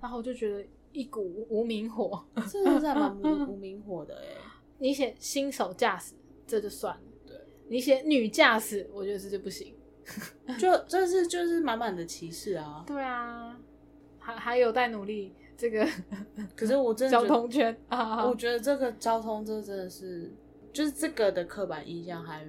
A: 然后我就觉得一股无名火。
B: *laughs* 真的是还蛮无无名火的哎、
A: 你写新手驾驶这就算了，
B: 对，
A: 你写女驾驶，我觉得这就不行。
B: 就这是就是满满的歧视啊！
A: 对啊，还还有待努力这个
B: 可是我真的
A: 交
B: 觉得
A: 通圈啊
B: 我，觉得这个交通这真的是，就是这个的刻板印象还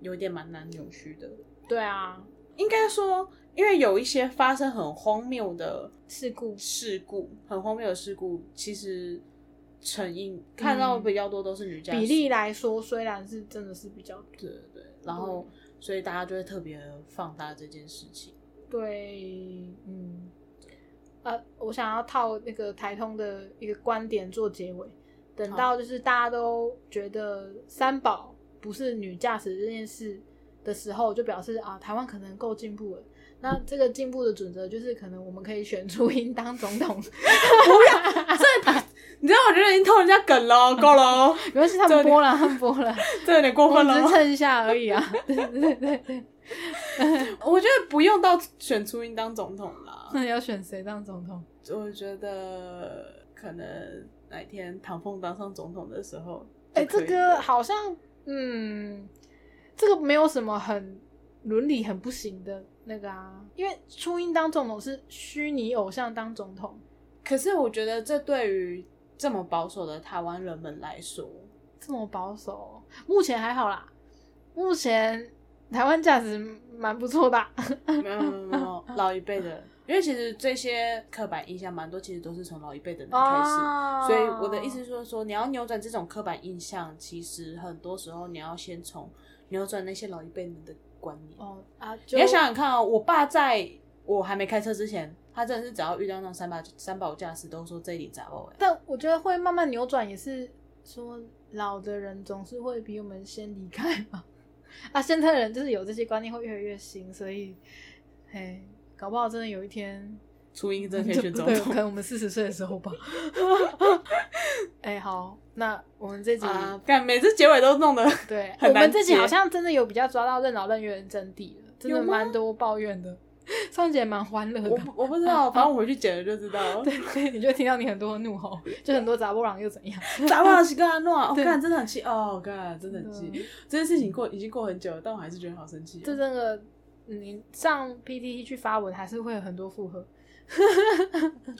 B: 有点蛮难扭曲的。
A: 对啊，
B: 应该说，因为有一些发生很荒谬的
A: 事故
B: 事故，很荒谬的事故，其实成因看到比较多都是女驾驶、
A: 比例来说，虽然是真的是比较
B: 对对对，然后所以大家就会特别放大这件事情。
A: 对，嗯，呃，我想要套那个台通的一个观点做结尾，等
B: 好
A: 到就是大家都觉得三宝不是女驾驶这件事的时候，就表示啊，台湾可能够进步了。那这个进步的准则就是，可能我们可以选出应当总统，
B: 你知道，我觉得已经偷人家梗 *laughs* 了，够了哦，
A: 没关系，他们播了，他们播了，
B: 这有点
A: *laughs*
B: 过
A: 我
B: 分
A: 们
B: 了
A: 只
B: 哦
A: 是。蹭一下而已啊。 *laughs* 对对对对，
B: 我觉得不用到选出应当总统啦。
A: 那你要选谁当总统？
B: 我觉得可能哪一天唐凤当上总统的时候就
A: 哎、
B: 可
A: 这
B: 以了，
A: 个好像，嗯，这个没有什么很伦理很不行的那个啊，因为初音当总统是虚拟偶像当总统，
B: 可是我觉得这对于这么保守的台湾人们来说，
A: 这么保守哦、目前还好啦，目前台湾价值蛮不错的啊、
B: 没有没有没有老一辈的，因为其实这些刻板印象蛮多，其实都是从老一辈的人 *laughs* 开始。所以我的意思
A: 是，
B: 是说，说你要扭转这种刻板印象，其实很多时候你要先从扭转那些老一辈人的观念。
A: 哦啊，就
B: 你要想想看哦，我爸在我还没开车之前，他真的是只要遇到那种三把三把驾驶，都说这里砸爆哎。
A: 但我觉得会慢慢扭转，也是说老的人总是会比我们先离开嘛。 *laughs* 啊，现在的人就是有这些观念会越来越新，所以，嘿，搞不好真的有一天，
B: 初音真的可
A: 对，
B: 以选总
A: 可
B: 统
A: 能我们四十岁的时候吧。 *laughs* 哎、好，那我们这集、
B: 啊！干，每次结尾都弄得
A: 对，哎
B: 很
A: 我
B: 难
A: 们这集
B: 解
A: 好像真的有比较抓到任劳任怨的真谛了，真的
B: 有吗
A: 蛮多抱怨的。 *laughs* 上一集也蛮欢乐
B: 我
A: 的，
B: 不我不知道，反正我回去剪了就知道。
A: *laughs* 对，所以你就听到你很多怒吼，就很多杂波浪又怎样？
B: *laughs* 砸爆是干安诺，我
A: 对
B: 干真的很气啊哦，干真的很气。这件事情过已经过很久了，但我还是觉得好生气。
A: 这真的，你上 PTT 去发文还是会有很多负荷，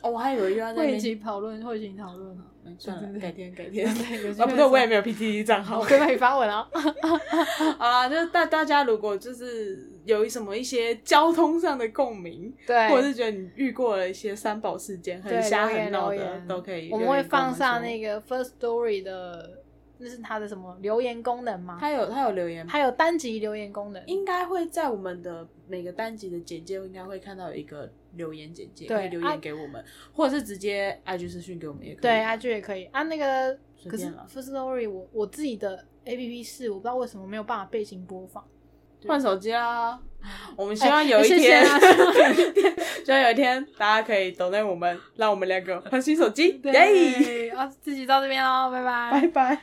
B: 哦我还以为又要
A: 会
B: 在那
A: 一
B: 边
A: 起讨论，会一起讨论啊。
B: 嗯算了，
A: 对对对
B: 改天改
A: 对
B: 天。
A: 有机
B: 啊，
A: 会
B: 不对，我也
A: 再
B: 没有 PTT 账号 *laughs*
A: 我。可以帮你发文啊。
B: 好啦，啊就是大大家如果就是有什么一些交通上的共鸣，
A: 对，
B: 或者是觉得你遇过了一些三宝事件，
A: 对
B: 很瞎
A: 留言
B: 很闹
A: 留
B: 的
A: 言，
B: 都可以留言
A: 我
B: 跟
A: 们
B: 我
A: 会
B: 们
A: 放上
B: 说
A: 那个 First Story 的，那是它的什么留言功能吗？
B: 他有他有留言吗？
A: 它有单集留言功能，
B: 应该会在我们的每个单集的简介，应该会看到有一个留言简介，
A: 对
B: 可以留
A: 啊
B: 言给我们，或者是直接 IG 私讯给我们也可以。
A: 对，IG 也可以啊。那个
B: 随
A: 可是
B: 便啦
A: First Story 我我自己的 APP 是我不知道为什么没有办法背景播放。
B: 换手机
A: *laughs*
B: 啦。我们希望有一
A: 哎谢谢
B: 天， *laughs*
A: 啊
B: 希望有一天大家可以懂得我们，让我们两个换新手机，耶！
A: 对，啊，自己到这边喽，拜拜，
B: 拜拜。